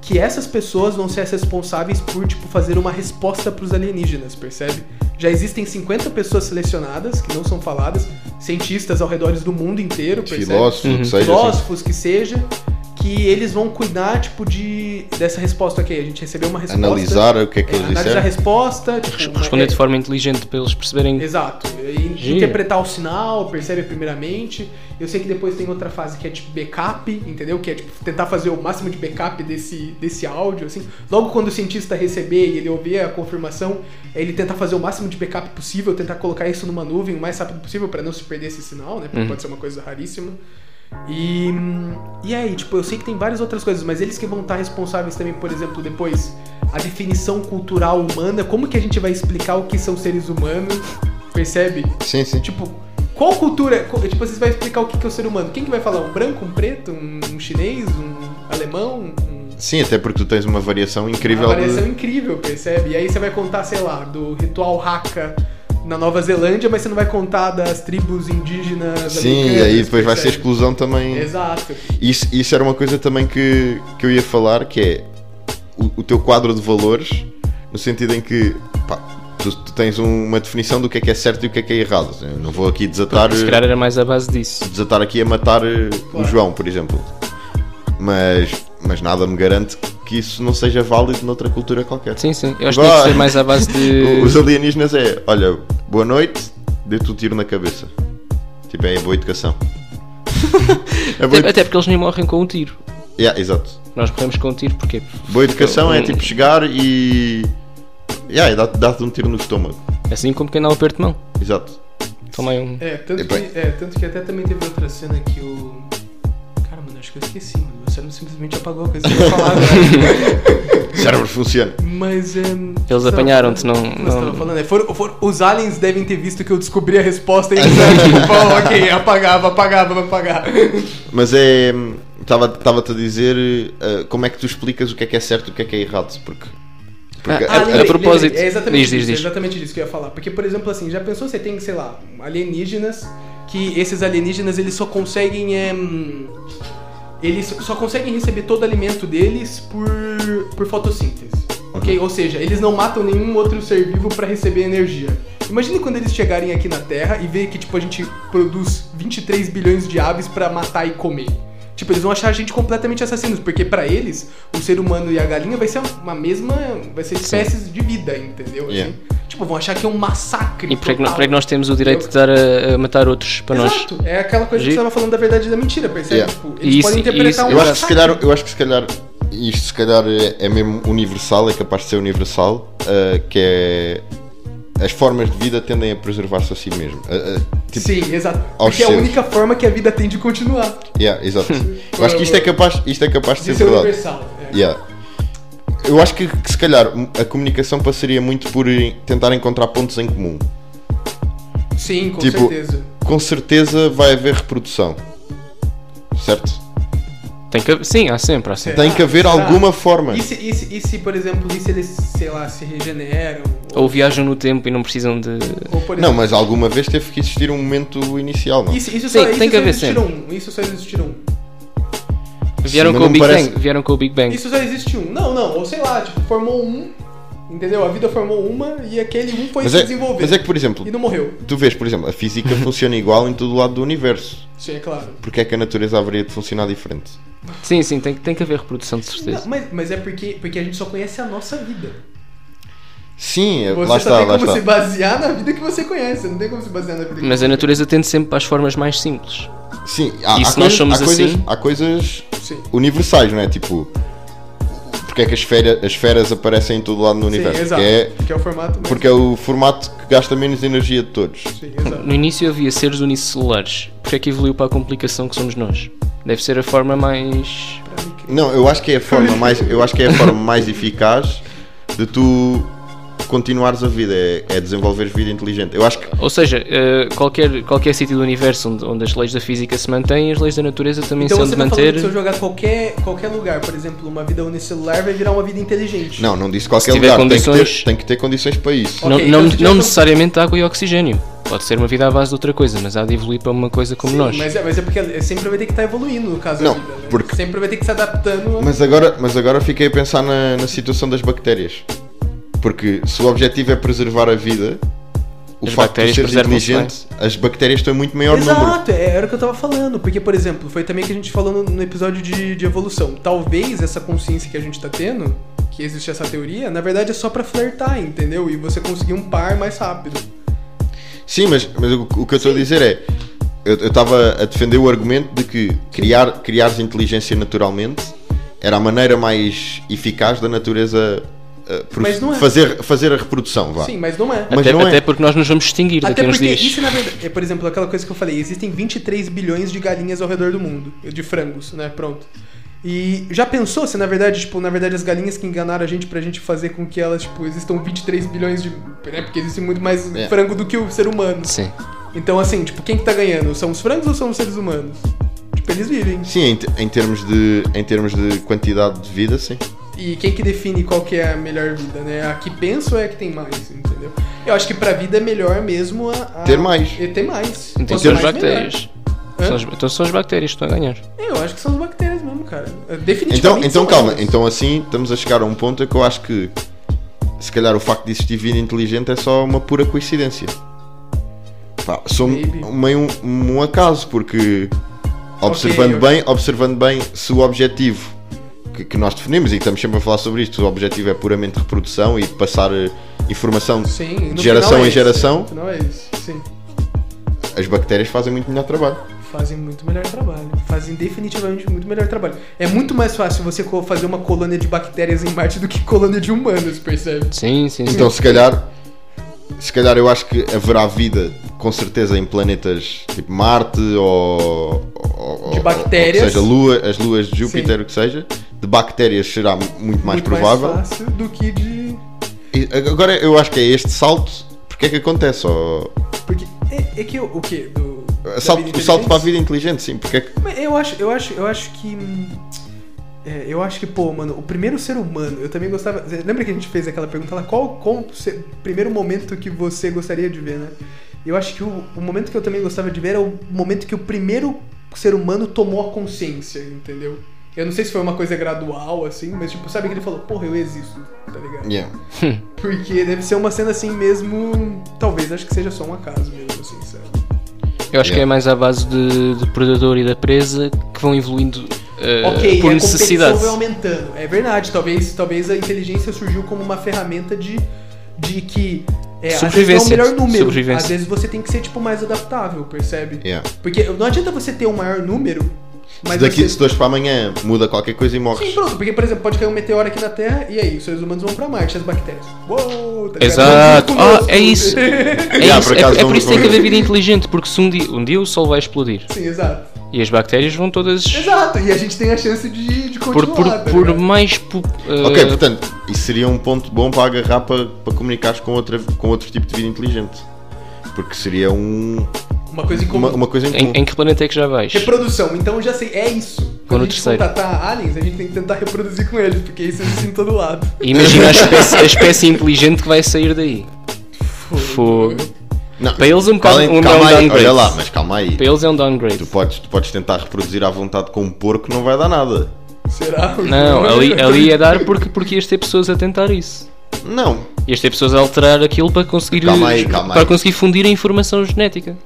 S2: que essas pessoas vão ser as responsáveis por, tipo, fazer uma resposta para os alienígenas, percebe? Já existem 50 pessoas selecionadas que não são faladas, cientistas ao redor do mundo inteiro, percebe?
S1: Filósofos, o
S3: Uhum.
S1: que seja. assim.
S2: filósofos que seja, que eles vão cuidar, tipo, de dessa resposta aqui. A gente recebeu uma resposta.
S1: Analisar o que é
S2: é,
S1: que eles
S2: analisar a
S1: disseram.
S2: resposta. Tipo, uma-
S3: Responder de
S2: é,
S3: forma inteligente para eles perceberem
S2: Exato. E
S3: Gíria.
S2: interpretar o sinal, percebe primeiramente. Eu sei que depois tem outra fase que é tipo backup, entendeu? Que é tipo tentar fazer o máximo de backup desse, desse áudio, assim. Logo quando o cientista receber e ele ouvir a confirmação, é ele tentar fazer o máximo de backup possível, tentar colocar isso numa nuvem o mais rápido possível para não se perder esse sinal, né? Porque pode ser uma coisa raríssima. E, e aí, tipo, eu sei que tem várias outras coisas, mas eles que vão estar responsáveis também, por exemplo, depois, a definição cultural humana, como que a gente vai explicar o que são seres humanos, percebe?
S1: Sim, sim.
S2: Tipo, qual cultura, co- tipo, vocês vão explicar o que que é o ser humano? Quem que vai falar? Um branco, um preto, um, um chinês, um alemão, um...
S1: Sim, até porque tu tens uma variação incrível.
S2: Uma
S1: de-
S2: variação incrível, percebe? E aí você vai contar, sei lá, do ritual Haka na Nova Zelândia, mas você não vai contar das tribos indígenas
S1: Sim, e
S2: americanas,
S1: aí depois vai ser
S2: percebe?
S1: exclusão também.
S2: Exato.
S1: Isso, isso era uma coisa também que, que eu ia falar, que é o, o teu quadro de valores, no sentido em que pá, tu, tu tens um- uma definição do que é que é certo e o que é que é errado. Eu não vou aqui desatar, eh,
S3: se calhar era mais a base disso.
S1: desatar aqui a matar eh, o
S2: Claro.
S1: João, por exemplo. Mas, mas nada me garante que isso não seja válido noutra cultura qualquer.
S3: Sim, sim. Eu acho que tem que
S1: Vai.
S3: ser mais à base de.
S1: Os alienígenas é, olha, boa noite, dê-te um tiro na cabeça. Tipo, é boa educação. é boa
S3: Até,
S1: edu...
S3: até porque eles nem morrem com um tiro.
S1: yeah, exato.
S3: Nós morremos com um tiro porque.
S1: Boa educação é
S3: Hum.
S1: tipo chegar e. Yeah, e dá-te dá-te um tiro no estômago.
S3: Assim como quem dá um aperto de mão.
S1: Exato.
S3: Também um.
S2: É, tanto,
S1: Depois-
S2: que, é, tanto que até também teve outra cena que o. Cara, mano, acho que eu esqueci, mano. Meu cérebro simplesmente apagou a coisa que eu ia falar agora.
S1: O cérebro funciona.
S2: Mas. ehm,
S3: Eles
S2: você tava
S3: apanharam-te, não-
S2: falando- Você
S3: não-
S2: tava falando, é, foram- foram- os aliens devem ter visto que eu descobri a resposta e disseram, tipo, "Bom, ok, apagava, apagava, vai apagar.
S1: Mas é. Estava-te a dizer eh, como é que tu explicas o que é que é certo e o que é que é errado. Porque. porque
S3: Ah,
S1: a-
S3: ah,
S1: a-
S3: lembrei. propósito-
S2: é exatamente
S3: diz, diz,
S2: isso,
S3: diz.
S2: É exatamente disso que eu ia falar. Porque, por exemplo, assim, já pensou você tem, sei lá, alienígenas que esses alienígenas eles só eh, conseguem. em, eles só conseguem receber todo o alimento deles por por fotossíntese. Ok? Ou seja, eles não matam nenhum outro ser vivo para receber energia. Imagine quando eles chegarem aqui na Terra e ver que tipo a gente produz 23 bilhões de aves para matar e comer. Tipo, eles vão achar a gente completamente assassinos, porque para eles, o ser humano e a galinha vai ser uma mesma, vai ser espécies de vida, entendeu? Assim,
S1: Yeah.
S2: Tipo, vão achar que é um massacre.
S3: E para que,
S2: total.
S3: para que nós temos o direito de dar a, a matar outros para nós?
S2: Exato. É aquela coisa que
S3: Gi-
S2: você tava falando da verdade e da mentira, percebe?
S1: Yeah.
S2: Tipo, eles
S3: Isso-
S2: podem interpretar
S3: isso-
S2: um
S1: Eu acho, que se
S2: massacre.
S1: calhar, eu acho que se calhar, isto se calhar é, é mesmo universal, é capaz de ser universal, ah, que é as formas de vida tendem a preservar-se a si mesmo. Ah, ah, tipo,
S2: Sim, exato.
S1: aos
S2: Porque é a
S1: seres.
S2: única forma que a vida tem de continuar.
S1: yeah, exato. eu acho que isto é capaz, isto é capaz de
S2: De
S1: ser
S2: ser
S1: verdade.
S2: universal. é.
S1: Yeah. Eu acho que, que se calhar a comunicação passaria muito por em- tentar encontrar pontos em comum.
S2: Sim, com
S1: Tipo-
S2: certeza.
S1: Com certeza vai haver reprodução. Certo?
S3: Tem que, sim, há sempre, há sempre.
S2: Será?
S1: Tem que haver
S2: Será?
S1: alguma forma.
S2: E se, e, se, e se, por exemplo, e se eles, sei lá, se regeneram?
S3: Ou viajam no tempo e não precisam de.
S2: ou, por
S1: Não,
S2: exemplo,
S1: mas alguma vez teve que existir um momento inicial, não? é?
S2: Isso, isso
S3: Sim,
S2: só, isso
S3: tem que
S2: só
S3: haver
S2: existe um. Isso só existe um.
S3: Vieram
S1: mas
S3: com o
S1: não
S3: Big
S1: parece-
S3: Bang. Vieram com o Big Bang.
S2: Isso só existe um. Não, não. Ou sei lá, tipo, formou um. Entendeu? A vida formou uma e aquele um foi
S1: Mas
S2: se
S1: é,
S2: desenvolver.
S1: mas é que, por exemplo,
S2: E não morreu.
S1: tu vês, por exemplo, a física funciona igual em todo o lado do universo.
S2: Sim, é claro.
S1: Porque é que a natureza haveria de funcionar diferente?
S3: Sim, sim, tem, que- tem que haver reprodução, de certeza.
S2: Não, mas, mas é porque, porque a gente só conhece a nossa vida.
S1: Sim, é,
S2: Você
S1: lá
S2: só
S1: está,
S2: tem
S1: lá
S2: como
S1: está. é
S2: se basear na vida que você conhece. Não tem como se basear na vida que
S3: Mas a natureza tende sempre para as formas mais simples.
S1: Sim, há,
S3: E
S1: há
S3: se
S1: coisas,
S3: nós somos
S1: há coisas-
S3: assim?
S1: há coisas
S2: Sim.
S1: universais, não é? Tipo, porque é que as, esfera- as esferas aparecem em todo lado no universo?
S2: Sim, exato.
S1: Que é,
S2: Porque é o formato mesmo.
S1: porque é o formato que gasta menos energia de todos.
S2: Sim, exato.
S3: No início havia seres unicelulares. Porque é que evoluiu para a complicação que somos nós? Deve ser a forma mais.
S1: Não, eu acho que é a forma mais, eu acho que é a forma mais eficaz de tu continuares a vida, é, é desenvolver vida inteligente. Eu acho que
S3: Ou seja, eh, qualquer, qualquer sítio do universo onde, onde as leis da física se mantêm, as leis da natureza também
S2: Então
S3: se
S2: você
S3: hão de
S2: tá falando
S3: manter.
S2: que se eu jogar qualquer, qualquer lugar, por exemplo, uma vida unicelular, vai virar uma vida inteligente.
S1: não, não disse qualquer
S3: tiver
S1: lugar, tem, que
S3: condições-
S1: ter, tem que ter condições para isso.
S2: Ok,
S3: Não,
S2: então
S3: não,
S2: tu já
S3: não
S2: não-
S3: necessariamente água e oxigênio. Pode ser uma vida à base de outra coisa, mas há de evoluir para uma coisa como
S2: Sim,
S3: nós.
S2: Mas é, mas é porque ela- sempre vai ter que estar evoluindo, no caso
S1: Não,
S2: da vida, né?
S1: porque-
S2: Sempre vai ter que se adaptando. a-
S1: Mas agora, mas agora fiquei a pensar na, na situação das bactérias. Porque se o objetivo é preservar a vida, o facto
S3: As
S1: de
S3: bactérias
S1: seres
S3: preservam-se
S1: inteligente, as bactérias estão em muito maior número.
S2: Exato, é, era o que eu tava falando. Porque, por exemplo, foi também que a gente falou no, no episódio de, de evolução. Talvez essa consciência que a gente tá tendo, que existe essa teoria, na verdade é só pra flertar, entendeu? E você conseguir um par mais rápido.
S1: Sim, mas, mas o, o que eu estou a dizer é. Eu estava a defender o argumento de que criar criares inteligência naturalmente era a maneira mais eficaz da natureza uh, produ-
S2: Mas não é.
S1: fazer, fazer a reprodução, vá.
S2: Sim, mas não é.
S1: Mas
S3: até,
S1: não é.
S3: até porque nós nos vamos extinguir daqui
S2: Até
S3: a uns
S2: porque
S3: dias.
S2: isso, na verdade, é, por exemplo, aquela coisa que eu falei, existem 23 bilhões de galinhas ao redor do mundo, de frangos, né? Pronto. E já pensou se na verdade, tipo, na verdade as galinhas que enganaram a gente pra gente fazer com que elas, tipo, existam 23 bilhões de, né? Porque existe muito mais
S1: É.
S2: frango do que o ser humano.
S3: Sim.
S2: Então assim, tipo, quem que tá ganhando? São os frangos ou são os seres humanos? Tipo, eles vivem.
S1: Sim, em, te- em termos de, em termos de quantidade de vida, sim.
S2: E quem que define qual que é a melhor vida, né? A que penso é a que tem mais, entendeu? Eu acho que pra vida é melhor mesmo a, a-
S1: Ter mais.
S2: E ter mais.
S3: Então
S2: Quanto
S3: são as
S2: mais, melhor.
S3: bactérias. São as- então são as bactérias que estão a ganhar.
S2: É, Eu acho que são as bactérias mesmo, cara. É, Definitivamente.
S1: Então, então
S2: são
S1: calma,
S2: elas.
S1: então assim estamos a chegar a um ponto em que eu acho que se calhar o facto de existir vida inteligente é só uma pura coincidência. Pá, sou
S2: Maybe.
S1: meio um, um acaso, porque observando
S2: ok.
S1: bem, observando bem, se o objetivo que, que nós definimos e que estamos sempre a falar sobre isto, se o objetivo é puramente reprodução e passar eh, informação,
S2: Sim, no
S1: de geração
S2: final é
S1: em
S2: isso,
S1: geração,
S2: No final é isso. Sim.
S1: as bactérias fazem muito melhor trabalho.
S2: Fazem muito melhor trabalho. Fazem definitivamente muito melhor trabalho. É muito mais fácil você co- fazer uma colônia de bactérias em Marte do que colônia de humanos, percebe?
S3: Sim, sim, sim.
S1: Então se calhar se calhar eu acho que haverá vida com certeza em planetas tipo Marte ou, ou-
S2: De
S1: ou-
S2: bactérias.
S1: ou seja, Lua, as luas de Júpiter,
S2: Sim.
S1: o que seja, de bactérias será mu- muito mais
S2: muito
S1: provável.
S2: mais fácil do que de.
S1: E agora eu acho que é este salto, porque é que acontece? ó?
S2: Porque. É, é que eu- o quê? Do, da
S1: É salto,
S2: vida
S1: o salto
S2: inteligente?
S1: para a vida inteligente, sim, porque é que
S2: Mas eu acho, eu acho, eu acho que. hum, é, eu acho que, pô, mano, o primeiro ser humano, eu também gostava. cê Lembra que a gente fez aquela pergunta lá? Qual, qual o se- primeiro momento que você gostaria de ver, né? Eu acho que o, o momento que eu também gostava de ver é o momento que o primeiro ser humano tomou a consciência, entendeu? Eu não sei se foi uma coisa gradual, assim, mas tipo, sabe que ele falou, porra, eu existo, tá ligado?
S1: Yeah.
S2: Porque deve ser uma cena assim mesmo. Talvez, acho que seja só um acaso mesmo, assim, sabe?
S3: Eu acho que é
S1: Yeah.
S3: mais à base de, do predador e da presa que vão evoluindo eh,
S2: ok,
S3: por
S2: a
S3: necessidade.
S2: competição vai aumentando. É verdade, talvez, talvez a inteligência surgiu como uma ferramenta de, de que. É, às vezes não é o
S3: Sobrevivência,
S2: melhor número.
S3: sobrevivência.
S2: Às vezes você tem que ser tipo mais adaptável, percebe?
S1: Yeah.
S2: Porque não adianta você ter um maior número, mas
S1: Se daqui
S2: você...
S1: se dois para amanhã muda qualquer coisa e morres.
S2: Sim, pronto, porque, por exemplo, pode cair um meteoro aqui na Terra e aí os seres humanos vão pra Marte, as bactérias. Uou, tá ligado?
S3: Exato.
S2: Vamos conosco.
S3: Ah, é isso. É,
S1: Yeah,
S3: isso.
S1: por
S3: É-
S1: acaso
S3: é
S1: não
S3: por isso
S1: me
S3: que tem que haver
S1: convence.
S3: vida inteligente, porque se um dia, um dia o sol vai explodir
S2: Sim, exato.
S3: e as bactérias vão todas.
S2: Exato, e a gente tem a chance de, de continuar.
S3: Por, por,
S2: tá
S3: por
S2: ligado?
S3: mais. po- eh,
S1: Ok, portanto, isso seria um ponto bom para agarrar para, para comunicares com, outra, com outro tipo de vida inteligente. Porque seria um,
S2: Uma coisa em comum.
S1: uma, uma coisa em
S3: em,
S1: comum.
S3: em que planeta é que já vais?
S2: Reprodução, então eu já sei, é isso. Quando
S3: no
S2: a gente
S3: terceiro.
S2: contratar aliens, a gente tem que tentar reproduzir com eles, porque isso existe em todo lado.
S3: Imagina a espécie, a espécie inteligente que vai sair daí. Fogo.
S1: Não,
S3: Para eles é um bocado-
S1: calma,
S3: um
S1: calma aí,
S3: downgrade.
S1: olha lá, mas calma aí.
S3: Para eles é um downgrade.
S1: Tu podes, tu podes tentar reproduzir à vontade com um porco, não vai dar nada.
S2: Será?
S3: Não, ali, ali é dar porque, porque ias ter pessoas a tentar isso.
S1: Não.
S3: Ias ter pessoas a alterar aquilo para conseguir,
S1: Calma aí, calma aí.
S3: para conseguir fundir a informação genética.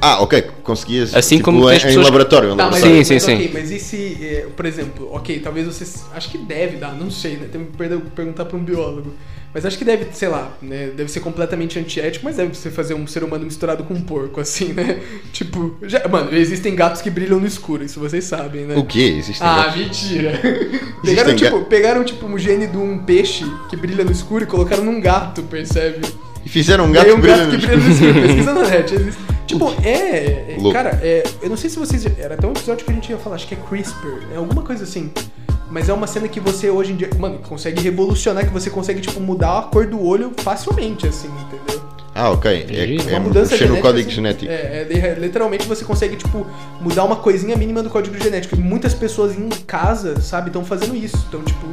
S1: Ah, ok, conseguias.
S3: Assim
S1: tipo,
S3: como
S1: em,
S3: tens
S1: em
S3: pessoas-
S1: laboratório. em
S2: Tá, mas,
S1: laboratório.
S3: Sim,
S2: mas
S3: sim,
S2: ok,
S3: sim.
S2: mas e se, eh, por exemplo, ok, talvez você. Acho que deve dar, não sei, né? Tem que perder- perguntar pra um biólogo. Mas acho que deve, sei lá, né? Deve ser completamente antiético, mas deve você fazer um ser humano misturado com um porco, assim, né? Tipo, já- mano, existem gatos que brilham no escuro, isso vocês sabem, né?
S1: O quê? Existe
S2: Ah, mentira. pegaram,
S1: Existem
S2: tipo, pegaram tipo um gene de um peixe que brilha no escuro e colocaram num gato, percebe?
S1: E fizeram um
S2: E aí
S1: gato,
S2: um
S1: brilha
S2: gato que
S1: nos-
S2: brilha no escuro, pesquisa na net. existe. Tipo, é. é,
S1: Louco.
S2: Cara, é, eu não sei se vocês. Era até um episódio que a gente ia falar, acho que é CRISPR, é alguma coisa assim. Mas é uma cena que você hoje em dia. Mano, consegue revolucionar, que você consegue, tipo, mudar a cor do olho facilmente, assim, entendeu?
S1: Ah, ok.
S3: Uma
S1: É, é
S2: mudança
S1: mexer no
S2: genética,
S1: código
S2: assim,
S1: genético.
S2: É, é, de- é, literalmente você consegue, tipo, mudar uma coisinha mínima do código genético. E muitas pessoas em casa, sabe, estão fazendo isso. Então, tipo.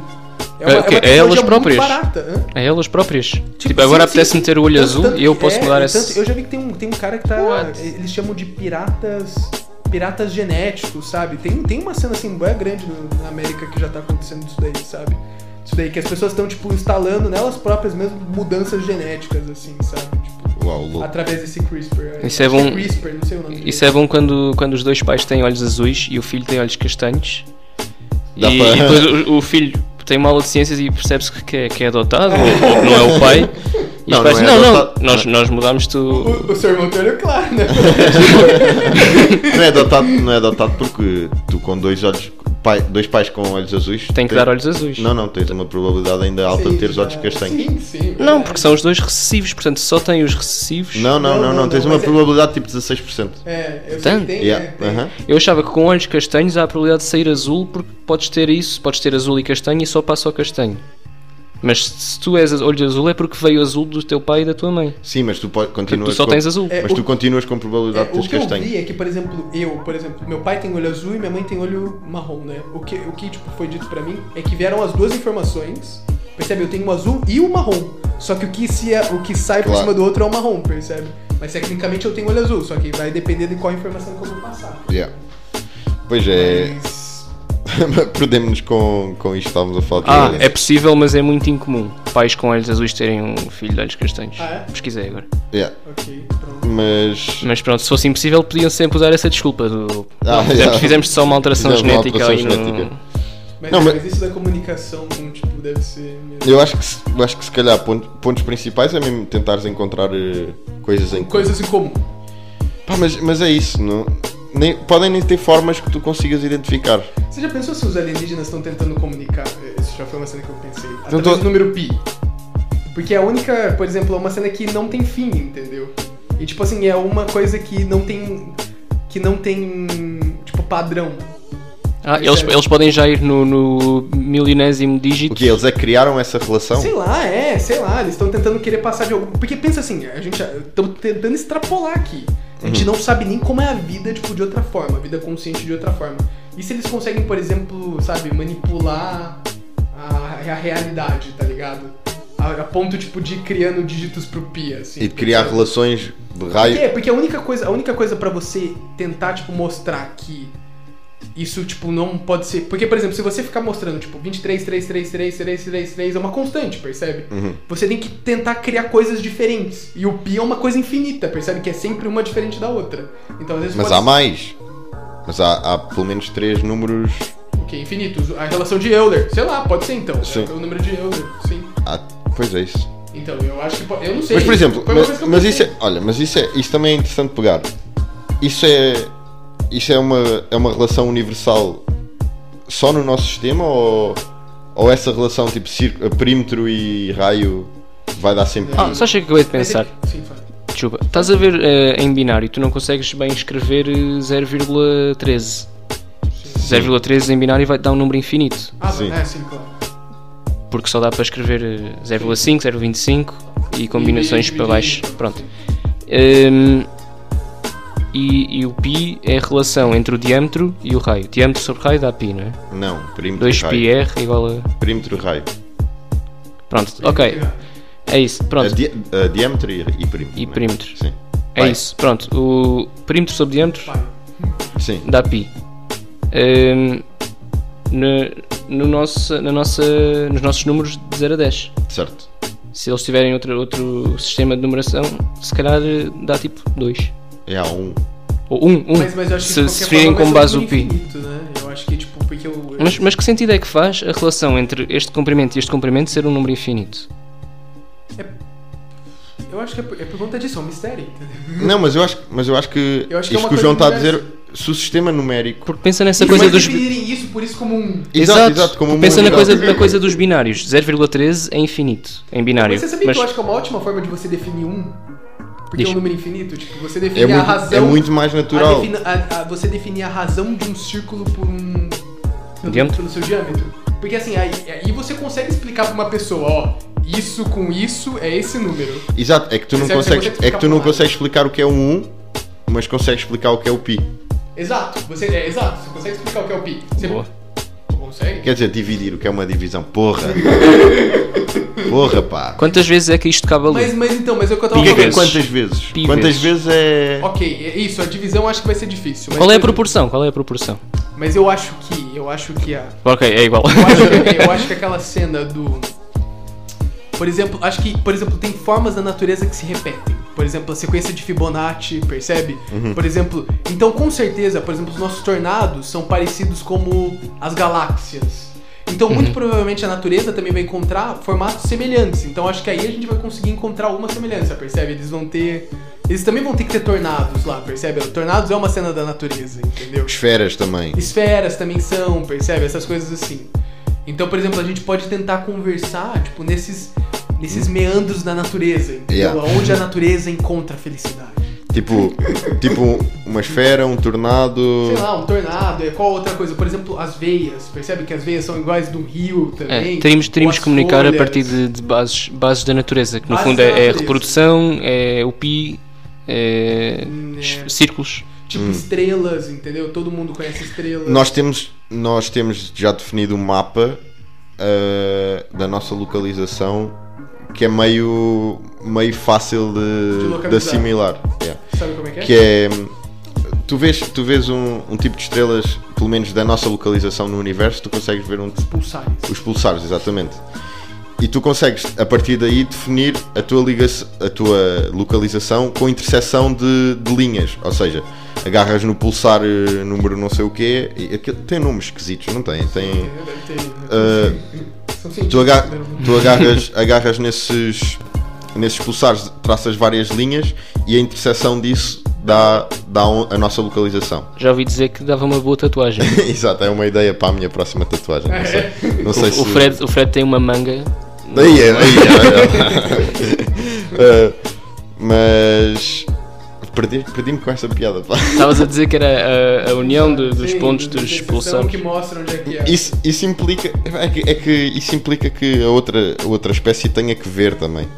S3: É o quê? É
S2: tecnologia
S3: elas
S2: muito
S3: próprias?
S2: barata. hã?
S3: A elas próprias. Tipo,
S2: Tipo,
S3: agora
S2: sim, sim,
S3: apetece
S2: sim.
S3: meter o olho
S2: Tanto-
S3: azul
S2: tanto
S3: e eu
S2: que
S3: posso
S2: é,
S3: mudar
S2: tanto-
S3: esse.
S2: Eu já vi que tem um, tem um cara que tá.
S3: What?
S2: Eles chamam de piratas. Piratas genéticos, sabe? Tem, tem uma cena assim, bem grande no- na América que já tá acontecendo isso daí, sabe? Isso daí, que as pessoas estão, tipo, instalando nelas próprias mesmo mudanças genéticas, assim, sabe? Tipo,
S1: Uau, louco.
S2: através desse CRISPR.
S3: Isso é
S2: Acho que
S3: bom-
S2: CRISPR, não sei o nome.
S3: Isso é bom quando, quando os dois pais têm olhos azuis e o filho tem olhos castanhos. E,
S1: Dá pra-
S3: e depois o, o filho tem uma aula de ciências e percebe-se que é, que é adotado ou, ou que não é o pai. E
S1: Não,
S3: os pais
S1: não é
S3: dizem, não, não,
S1: adotado.
S3: nós, nós mudámos tu.
S2: O, o seu irmão tem olho claro, né?
S1: Não é, adotado, não é adotado porque tu com dois olhos. pai- dois pais com olhos azuis.
S3: Tem que
S1: tens-
S3: dar olhos azuis.
S1: Não, não, tens uma probabilidade ainda alta de teres
S2: Sim,
S1: olhos
S2: já-
S1: castanhos.
S2: Sim, sim. É.
S3: Não, porque são os dois recessivos, portanto só tem os recessivos.
S1: Não, não,
S2: Não,
S1: não,
S2: não,
S1: não,
S2: não,
S1: tens uma
S2: mas é-
S1: probabilidade tipo 16%.
S2: É, eu sei que
S3: Tanto?
S2: tem, né?
S1: Yeah, uh-huh.
S2: Tem.
S1: aham.
S3: Eu achava que com olhos castanhos há a probabilidade de sair azul, porque podes ter isso, podes ter azul e castanho e só passa o castanho. Mas se se tu és az- olho azul é porque veio azul do teu pai e da tua mãe.
S1: Sim, mas tu po-
S3: Portanto,
S1: continuas.
S3: tu só
S1: com...
S3: tens azul.
S2: É,
S1: Mas tu continuas com
S2: É,
S1: probabilidade
S2: o
S1: de
S2: que
S1: teres
S2: eu
S1: castanho.
S2: vi é que, por exemplo, eu, por exemplo, meu pai tem olho azul e minha mãe tem olho marrom, né? O que, o que tipo, foi dito pra mim é que vieram as duas informações, percebe? Eu tenho o azul e o marrom. Só que o que, se é, o que sai por
S1: Claro.
S2: cima do outro é o marrom, percebe? Mas tecnicamente eu tenho olho azul, só que vai depender de qual informação que eu vou passar.
S1: Yeah. Pois é,
S2: Mas...
S1: perdemos-nos com, com isto, estávamos a falar de
S3: Ah,
S1: olhos.
S3: é possível, mas é muito incomum. Pais com olhos azuis terem um filho de olhos castanhos.
S2: Ah, é?
S3: Pesquisei agora.
S1: Yeah.
S2: Ok, pronto.
S1: Mas.
S3: Mas pronto, se fosse impossível, podiam sempre usar essa desculpa do.
S1: Ah,
S3: Não, fizemos,
S1: yeah.
S3: fizemos só uma alteração
S1: Fizemos uma
S3: genética
S1: alteração
S3: aí no-
S1: genética.
S2: Mas,
S1: Não, mas-
S2: mas isso da comunicação, não, tipo, deve ser... mesmo.
S1: Eu acho que, se- eu acho que se calhar ponto- pontos principais é mesmo tentares encontrar eh, coisas em comum.
S2: Coisas em comum.
S1: Pá, mas, mas é isso, não? Nem, podem nem ter formas que tu consigas identificar.
S2: Você já pensou se os alienígenas estão tentando comunicar? É, Isso já foi uma cena que eu pensei. Através
S1: tô-
S2: do número pi. Porque é a única, por exemplo, é uma cena que não tem fim, entendeu? E tipo assim, é uma coisa que não tem. que não tem. tipo, padrão.
S3: Ah, eles, eles podem já ir no, no milionésimo dígito.
S1: O que eles é que criaram essa relação?
S2: Sei lá, é, sei lá, eles estão tentando querer passar de algum. Porque pensa assim, a gente. estamos tentando extrapolar aqui. A gente
S1: Uhum.
S2: não sabe nem como é a vida, tipo, de outra forma, a vida consciente de outra forma. E se eles conseguem, por exemplo, sabe, manipular a, a realidade, tá ligado? A, a ponto, tipo, de ir criando dígitos pro pi, assim.
S1: E de criar
S2: sabe?
S1: relações de
S2: É, Porque,
S1: raio.
S2: porque a única coisa, a única coisa para você tentar tipo mostrar que Isso, tipo, não pode ser. Porque, por exemplo, se você ficar mostrando, tipo, 23, 3, 3, 3, 3, 3, 3, é uma constante, percebe?
S1: Uhum.
S2: Você tem que tentar criar coisas diferentes. E o pi é uma coisa infinita, percebe? Que é sempre uma diferente da outra. Então, às vezes.
S1: Mas
S2: pode
S1: há
S2: ser-
S1: mais. Mas há, há pelo menos três números.
S2: O quê? Infinitos. A relação de Euler. Sei lá, pode ser então.
S1: Sim.
S2: É o número de Euler, sim.
S1: há- Pois é isso.
S2: Então, eu acho que. po- Eu não sei.
S1: Mas por exemplo,
S2: Foi uma
S1: mas,
S2: coisa que eu
S1: mas
S2: pensei.
S1: isso é, olha, mas isso é, isso também é interessante pegar. Isso é, isso é uma, é uma relação universal só no nosso sistema ou, ou essa relação tipo cir- perímetro e raio vai dar sempre?
S2: Não.
S1: Ah,
S3: Ah, só achei que acabei de
S2: Mas é
S3: pensar.
S2: que- Sim, fala.
S3: Desculpa. Estás a ver eh, em binário, tu não consegues bem escrever eh, 0,13. 0,13 em binário vai dar um número infinito.
S2: Ah,
S1: Sim.
S2: é, sim, claro.
S3: Porque só dá para escrever eh, 0,5, 0,25 e combinações
S2: E- e-
S3: para baixo.
S2: e-
S3: Pronto. Hum, e, e o pi é a relação entre o diâmetro e o raio. Diâmetro sobre raio dá pi, não é?
S1: Não, perímetro e raio.
S3: 2πr igual a.
S1: Perímetro e raio.
S3: Pronto, ok. É isso,
S1: A
S3: pronto.
S1: di- a diâmetro e, e perímetro.
S3: E
S1: né?
S3: perímetro.
S1: Sim.
S3: É
S1: Vai.
S3: isso, pronto. O perímetro sobre diâmetro
S2: Vai.
S1: Sim.
S3: dá pi. Hum, na- no nosso, na nossa, nos nossos números de 0 a 10.
S1: Certo.
S3: Se eles tiverem outro, outro sistema de numeração, se calhar eh, dá tipo 2.
S1: É a um.
S3: Ou 1, um, um.
S2: Mas, mas eu acho que
S3: se
S2: de
S3: se
S2: qualquer
S3: virem
S2: forma
S3: como
S2: vai ser
S3: base
S2: um
S3: o pi.
S2: infinito, né? Eu acho que, tipo, porque eu. eu-
S3: Mas, mas que sentido é que faz a relação entre este comprimento e este comprimento ser um número infinito?
S2: é, Eu acho que é por, é por conta disso, é um mistério, entendeu?
S1: Não, mas eu acho, mas eu acho que
S2: Eu acho que é
S1: isto
S2: uma
S1: que o
S2: coisa
S1: João está a dizer,
S2: diversa.
S1: se o sistema numérico.
S3: Porque pensa nessa
S2: E é
S3: coisa
S2: mas
S3: dos.
S2: dividirem isso por isso como um.
S1: Exato, exato, como
S3: Tu
S1: um
S3: pensa na
S1: número
S3: coisa,
S1: numérico.
S3: na coisa dos binários. 0,13 é infinito em binário.
S2: Mas você sabia
S3: Mas
S2: que eu acho que é uma ótima forma de você definir um? Porque é
S3: Diz.
S2: um número infinito, tipo, você define
S1: É
S2: a
S1: muito,
S2: razão.
S1: é muito mais
S2: a
S1: natural.
S2: defini- a- a- você definir a razão de um círculo por um. pelo-
S3: Diâmetro?
S2: Pelo seu diâmetro. Porque assim, aí, aí você consegue explicar pra uma pessoa, ó, isso com isso é esse número.
S1: Exato, é que tu não
S2: Você consegue
S1: consegues, é que
S2: explicar
S1: tu não
S2: por nada.
S1: consegues explicar o que é um 1, mas consegues explicar o que é o pi.
S2: Exato, você. É, exato, você consegue explicar o que é o pi. Você
S3: Boa.
S2: consegue?
S1: Quer dizer, dividir o que é uma divisão, porra. porra, pá.
S3: Quantas vezes é que isto cabe
S2: Mas,
S3: ali?
S2: mas então, mas é o que eu tava
S1: Diga que
S3: Pi
S1: é
S3: vezes.
S1: quantas vezes?
S3: Pi
S1: quantas
S3: vezes.
S1: vezes é
S2: Ok, é isso, a divisão acho que vai ser difícil. Mas
S3: Qual é a proporção? Qual é a proporção?
S2: Mas eu acho que. Eu acho que a.
S3: Ok, é igual.
S2: Eu acho que, eu acho que é aquela cena do. Por exemplo, acho que, por exemplo, tem formas da natureza que se repetem. Por exemplo, a sequência de Fibonacci, percebe? Por exemplo, então com certeza, por exemplo, os nossos tornados são parecidos como as galáxias. Então, muito provavelmente a natureza também vai encontrar formatos semelhantes. Então, acho que aí a gente vai conseguir encontrar uma semelhança, percebe? Eles vão ter. Eles também vão ter que ter tornados lá, percebe? Tornados é uma cena da natureza, entendeu?
S1: esferas também?
S2: esferas também são, percebe? Essas coisas assim. Então, por exemplo, a gente pode tentar conversar, tipo, nesses, nesses meandros da natureza, entendeu?
S1: Yeah.
S2: Onde a natureza encontra a felicidade.
S1: Tipo, tipo uma esfera, um tornado.
S2: Sei lá, um tornado, é qual outra coisa? Por exemplo, as veias, percebe que as veias são iguais de um rio também?
S3: É, teríamos
S2: Ou
S3: teríamos
S2: as
S3: que comunicar a
S2: folhas.
S3: partir de, de bases, bases da natureza, que no
S2: Bases
S3: fundo
S2: da
S3: é, é
S2: natureza.
S3: reprodução, é o pi, é es-
S2: é.
S3: círculos.
S2: Tipo, estrelas, entendeu? Todo mundo conhece estrelas.
S1: Hum. Nós temos, nós temos já definido um mapa ah, da nossa localização que é meio, meio fácil
S2: De
S1: de, de,
S2: localizar.
S1: assimilar. Yeah.
S2: Sabe como é que é?
S1: Que é. Tu vês, tu vês um, um tipo de estrelas, pelo menos da nossa localização no universo, tu consegues ver um,
S2: Pulsares.
S1: os pulsares, exatamente. E tu consegues, a partir daí, definir a tua, ligação, a tua localização com interseção de, de linhas. Ou seja, agarras no pulsar eh, número não sei o quê. E aquilo- tem nomes esquisitos, não tem? tem
S2: É, Deve ter-
S1: Ah,
S2: São
S1: tu
S2: cientistas, né?
S1: aga-
S2: entendeu?
S1: tu agarras, agarras nesses, nesses pulsares, traças várias linhas e a interseção disso dá, dá um- a nossa localização.
S3: Já ouvi dizer que dava uma boa tatuagem.
S1: Exato, é uma ideia para a minha próxima tatuagem. Não sei, não sei se.
S3: o, Fred, o Fred tem uma manga.
S1: Daí é, daí é. Ah, mas. Perdi- Perdi-me com essa piada, pá.
S3: Estavas a dizer que era a, a união de- dos
S2: Sim,
S3: pontos
S2: tem
S3: dos
S2: seção
S3: pulsares.
S2: que mostra onde é que é.
S1: Isso, isso implica. É que, é que isso implica que a outra, a outra espécie tenha que ver também.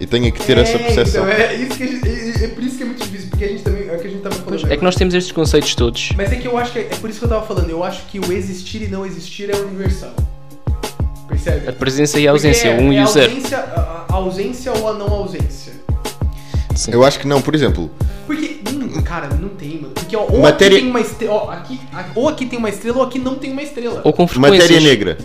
S1: E tenha que ter
S2: É,
S1: essa percepção.
S2: Então, é, isso que a gente- é- é- é por isso que é muito difícil, porque a gente também. É o que a gente tava falando.
S3: É que nós temos estes conceitos todos.
S2: Mas é que eu acho que. É por isso que eu tava falando, eu acho que o existir e não existir é universal. Percebe?
S3: A presença e a É, ausência, o
S2: Porque
S3: 1 um
S2: é
S3: e
S2: a
S3: o 0.
S2: ausência- A a ausência ou a não ausência.
S1: Eu acho que não, por exemplo.
S2: Porque. hum, Cara, não tem, mano. Porque ó, ou
S1: Matéria-
S2: aqui tem uma estrela. Ó, aqui, a- ou aqui tem uma estrela ou aqui não tem uma estrela.
S3: Ou com frequências.
S1: Matéria negra.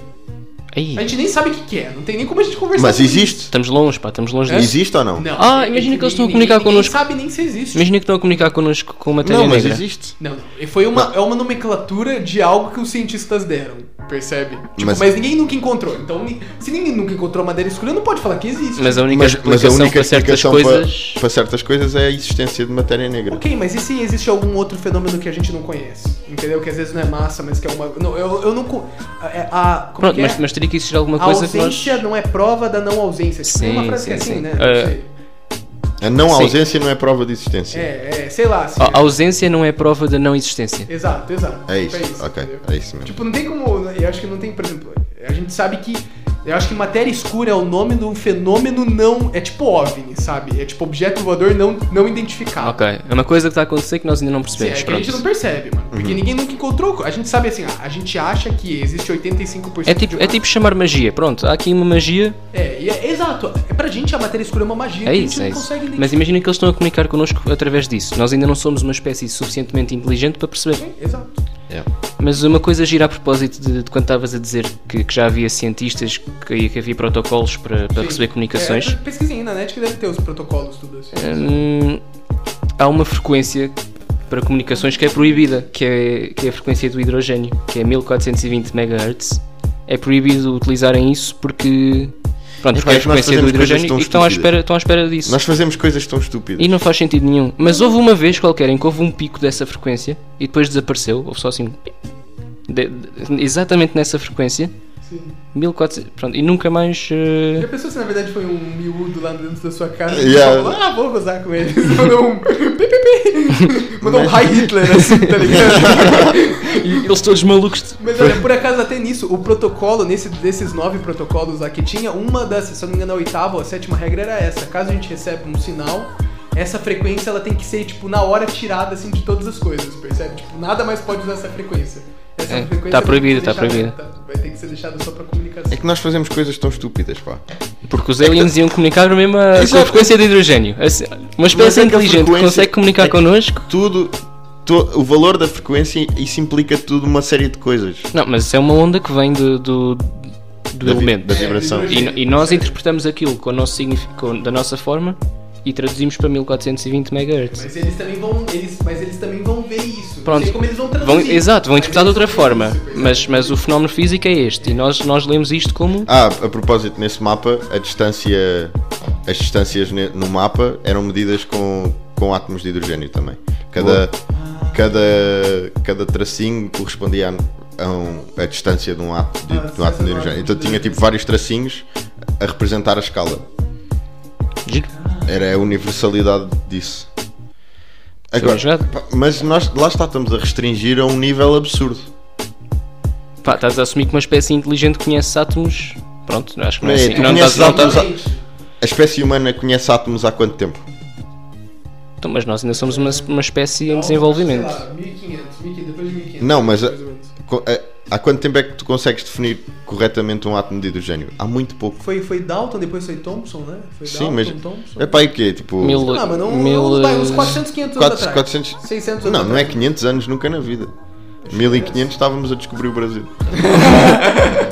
S3: Aí,
S2: A gente nem sabe o que, que é, não tem nem como a gente conversar.
S1: Mas
S2: sobre
S1: existe?
S3: estamos longe, pá, estamos longe disso.
S1: Existe ou
S2: isso.
S1: não?
S2: Não.
S3: Ah,
S2: é
S3: imagina que eles estão a
S2: ninguém-
S3: comunicar connosco.
S2: Ninguém sabe nem se existe.
S3: Imagina que estão a comunicar connosco com matéria
S1: Não, mas
S3: negra.
S1: existe.
S2: Não, não. Foi uma, é uma nomenclatura de algo que os cientistas deram, percebe? Tipo, mas...
S1: Mas-
S2: ninguém nunca encontrou. Então, ni- se ninguém nunca encontrou madeira escura, não pode falar que existe.
S3: Mas é um a única
S1: Mas, mas a
S3: explicação
S1: única
S3: para certas
S1: explicação
S3: coisas.
S1: para, para certas coisas é a existência de matéria negra.
S2: Ok, mas e se existe algum outro fenômeno que a gente não conhece? Entendeu? Que às vezes não é massa, mas que é uma. Não, eu, eu não. co- é- A, como
S3: Pronto,
S2: que é?
S3: mas, mas teria que existir alguma
S2: a
S3: coisa que nós.
S2: ausência não é prova da não ausência. Tipo, tem uma
S3: Sim,
S2: frase que é
S3: sim,
S2: assim,
S3: sim.
S2: né?
S3: É.
S2: Não sei.
S1: A não
S3: Sim.
S1: ausência não é prova de existência.
S2: É, é, sei lá. Assim,
S3: A a ausência não é prova da não existência.
S2: Exato, exato.
S1: É
S2: Tipo,
S1: isso, ok,
S2: entendeu?
S1: é isso mesmo.
S2: Tipo, não tem como. Eu acho que não tem, por exemplo. A gente sabe que. Eu acho que matéria escura é o nome de um fenômeno não. É tipo OVNI, sabe? É tipo objeto voador não, não identificado.
S3: Ok, é uma coisa que está a acontecer que nós ainda não
S2: Sim, é
S3: percebemos.
S2: que a
S3: pronto.
S2: gente não percebe, mano.
S1: Uhum.
S2: Porque ninguém nunca encontrou. A gente sabe assim, ah, a gente acha que existe 85%
S3: É tipo,
S2: de
S3: é tipo chamar magia, pronto, há aqui uma magia,
S2: É, e é- exato. É, pra gente a matéria escura é uma magia.
S3: é
S2: que
S3: isso,
S2: a
S3: é
S2: gente não
S3: isso.
S2: consegue
S3: Mas imagina que eles estão a comunicar connosco através disso. Nós ainda não somos uma espécie suficientemente inteligente para perceber.
S2: identificar. Exato.
S1: É.
S3: Mas uma coisa gira a propósito de, de quando estavas a dizer que, que já havia cientistas que, que havia protocolos para, para
S2: Sim.
S3: receber comunicações.
S2: É, pesquisem aí na net que deve ter os protocolos, tudo assim.
S3: Hum, há uma frequência para comunicações que é proibida, que é, que é a frequência do hidrogênio, que é 1420 MHz. É proibido utilizarem isso porque. Pronto, porque é a
S1: que nós
S3: frequência do
S1: fazemos coisas
S3: hidrogênio
S1: tão
S3: e estão à,
S1: estúpidas?
S3: espera, estão à espera disso.
S1: Nós fazemos coisas tão estúpidas.
S3: E não faz sentido nenhum. Mas houve uma vez qualquer em que houve um pico dessa frequência e depois desapareceu. Houve só assim. um pip. De- de- exatamente nessa frequência.
S2: Sim.
S3: 1400. Pronto, e nunca mais. eh,
S2: Já pensou se na verdade foi um miúdo lá dentro da sua casa
S1: Yeah.
S2: e falou, ah, vou gozar com ele. Mandou um. pi, pi, pi. Mandou um high Hitler assim, tá ligado?
S3: e eles todos malucos. de-
S2: Mas olha, por acaso até nisso, o protocolo, nesse, desses nove protocolos lá que tinha, uma das, se eu não me engano, a oitava ou a sétima regra era essa. Caso a gente receba um sinal, essa frequência ela tem que ser, tipo, na hora tirada assim de todas as coisas, percebe? Tipo, nada mais pode usar essa frequência. Essa
S3: É,
S2: frequência vai ter
S3: tá
S2: que ser
S3: proibido, tá
S2: deixada-
S3: proibido.
S2: tá- Vai ter que ser deixada só pra comunicação.
S1: É que nós fazemos coisas tão estúpidas, pá.
S3: Porque os aliens iam comunicar mesmo a, com a
S1: Exato.
S3: frequência de hidrogênio. Assim, Uma
S1: é
S3: espécie
S1: que a
S3: inteligente que
S1: frequência-
S3: consegue comunicar
S1: é que-
S3: connosco.
S1: Tudo. to- o valor da frequência, isso implica tudo uma série de coisas.
S3: Não, mas isso é uma onda que vem do, do, do
S1: Da vi-
S3: elemento.
S1: da vibração.
S2: É,
S3: E, no- e nós interpretamos aquilo com o nosso significado, da nossa forma e traduzimos para 1420 MHz.
S2: Mas eles também vão. Eles, mas eles também vão ver isso. Não
S3: Pronto.
S2: sei como eles vão
S3: Vão,
S2: traduzir.
S3: exato, vão
S2: Mas
S3: interpretar de
S2: eles
S3: outra
S2: vão ver
S3: forma.
S2: isso, percebe?
S3: Mas, mas o fenómeno físico é este. E nós, nós lemos isto como.
S1: Ah, a propósito, nesse mapa, a distância. As distâncias ne- no mapa eram medidas com, com átomos de hidrogênio também. Cada, cada, cada tracinho correspondia a, a um- a distância de um, átomo de,
S2: Ah,
S1: de um átomo de
S2: sim,
S1: hidrogênio.
S2: sim.
S1: Então tinha tipo vários tracinhos a representar a escala. Ah.
S3: Giro.
S1: Era a universalidade disso. Agora,
S3: jogado.
S1: pá, mas nós lá está, estamos a restringir a um nível absurdo.
S3: Pá, estás a assumir que uma espécie inteligente conhece átomos. Pronto, acho que não é
S1: É,
S3: assim.
S1: tu
S3: Não,
S1: conheces
S3: estás- não
S1: átomos-
S3: estás-
S2: Exatamente.
S1: A espécie humana conhece átomos há quanto tempo?
S3: Então, mas nós ainda somos uma, uma espécie em
S2: Então,
S3: desenvolvimento.
S2: Sei lá, 1500, 1500, depois de 1500.
S1: Não, mas eh, a-
S2: mais ou menos.
S1: Co- a- Há quanto tempo é que tu consegues definir corretamente um átomo de hidrogênio? Há muito pouco.
S2: Foi, foi Dalton, depois foi Thompson, né? Foi
S1: Sim,
S2: Dalton,
S1: mas-
S2: Thompson.
S1: É pá, e quê? Tipo.
S3: Mil-
S2: Ah, mas não,
S3: mil,
S2: não- vai, uns
S3: eh,
S2: 400, 500
S1: quatro-
S2: anos atrás.
S1: 400
S2: 600 anos
S1: Não, não é
S2: atrás.
S1: 500 anos nunca na vida. 1500 estávamos a descobrir o Brasil.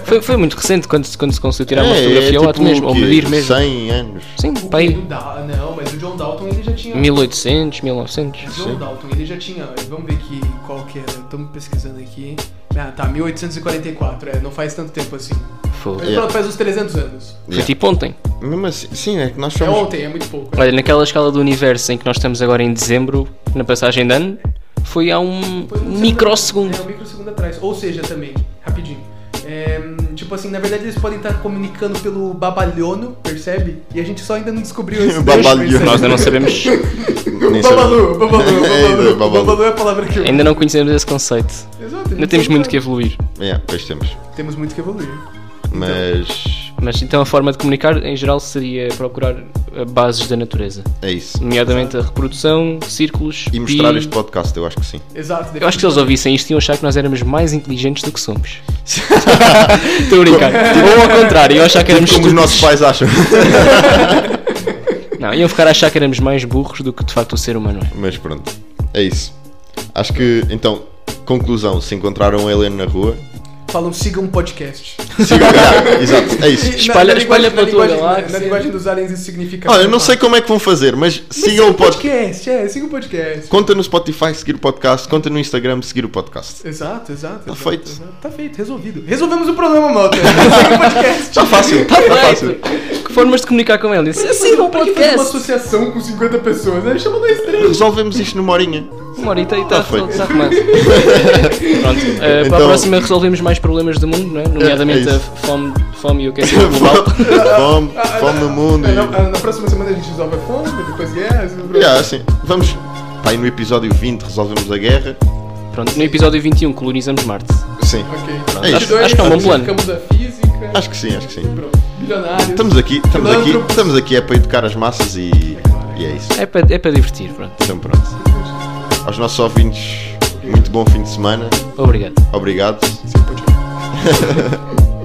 S3: Foi, foi muito recente quando, quando se conseguiu tirar uma
S1: É, é
S3: fotografia ao
S1: tipo
S3: ato mesmo,
S1: o
S3: ou
S1: quê?
S3: medir mesmo.
S1: 100 anos.
S3: Sim,
S2: O
S3: pá Tá aí,
S2: John Da- ah, Não, mas o John Dalton ele já tinha.
S3: 1800, 1900.
S2: John Dalton ele já tinha. Vamos ver aqui qual que era. Estamos pesquisando aqui. Ah, tá, 1844. É, não faz tanto tempo assim.
S3: Foi,
S2: Mas
S1: Yeah.
S2: pronto, faz uns 300 anos.
S3: foi tipo ontem.
S1: Mesmo assim, sim, é que nós
S2: É
S1: somos.
S2: ontem, é muito pouco. é.
S3: Olha, naquela escala do universo em que nós estamos agora em dezembro, na passagem de ano, foi há um
S2: Foi um
S3: microsegundo.
S2: É, um microsegundo atrás. Ou seja, também, rapidinho. É, tipo assim, na verdade eles podem estar comunicando pelo babalhono, percebe? E a gente só ainda não descobriu esse
S1: Babalhono.
S2: percebe?
S3: Nós ainda não sabemos,
S1: nem
S2: Babalu,
S1: sabemos.
S2: babalu,
S1: Ei,
S2: babalu,
S1: babalu.
S2: babalu é a palavra que eu...
S3: ainda não conhecemos esse conceito.
S2: Exato,
S3: Ainda temos muito que evoluir.
S1: É, pois temos.
S2: Temos muito que evoluir.
S1: Então. Mas.
S3: Mas então a forma de comunicar em geral seria procurar eh, bases da natureza,
S1: É isso.
S3: nomeadamente a reprodução, círculos,
S1: E
S3: pi.
S1: mostrar este podcast, eu acho que sim.
S2: Exato.
S3: Eu acho que se eles ouvissem isto iam achar que nós éramos mais inteligentes do que somos. Estou a brincar. Ou ao contrário, iam achar que éramos
S1: Tipo Como os nossos
S3: estúpidos.
S1: pais acham.
S3: Não, iam ficar a achar que éramos mais burros do que de facto o ser humano é.
S1: Mas pronto. É É isso. Acho que, então, conclusão: se encontraram um alien na rua,
S2: Falam, sigam um podcast.
S1: sigam. Exato, é
S2: E
S1: isso.
S2: na-
S3: Espalha-
S2: na
S3: espalha
S2: linguagem-
S3: pra
S2: na
S3: tua
S2: linguagem-
S3: galáxia.
S2: Na linguagem dos aliens isso significa.
S1: Olha, eu não sei como é que vão fazer, mas
S2: Mas
S1: sigam um o podcast.
S2: podcast. É, sigam o podcast.
S1: Conta no Spotify seguir o podcast, conta no Instagram seguir o podcast.
S2: Exato, exato. Tá
S1: feito.
S2: Tá feito, resolvido. Resolvemos o problema, malta. Siga o podcast.
S1: Está Tá fácil, está fácil.
S3: Que formas de comunicar com ele? é Sigam o
S2: Pra que fazer uma
S3: podcast.
S2: associação com 50 pessoas? Né? Chama dois, três.
S1: Resolvemos isto numa horinha.
S3: Uma horita e
S1: Tá
S3: está
S1: feito.
S3: tudo desarrumado. Pronto, eh, para
S1: Então-
S3: a próxima resolvemos mais problemas do mundo, não é? nomeadamente
S1: é
S3: a
S1: isso.
S3: fome, fome e o é aquecimento global.
S1: Fome, fome no mundo.
S2: É, na,
S1: E...
S2: na próxima semana a gente resolve a fome, depois guerra. esse problema.
S1: Yeah, assim, vamos. Pá, aí no episódio 20 resolvemos a guerra.
S3: Pronto, no episódio 21 colonizamos Marte.
S1: Sim.
S2: Ok.
S1: É isso.
S3: Acho que é um bom plano.
S2: Ficamos da física.
S1: Acho que sim, acho que sim.
S2: Pronto. Bilionários.
S1: Estamos aqui, estamos aqui,
S2: Filântropos.
S1: estamos aqui é para educar as massas e, e é isso.
S3: É para, é para divertir, pronto.
S1: Então pronto. Aos nossos ouvintes, muito bom fim de semana.
S3: Obrigado.
S1: Obrigado.
S2: Esse é o podcast.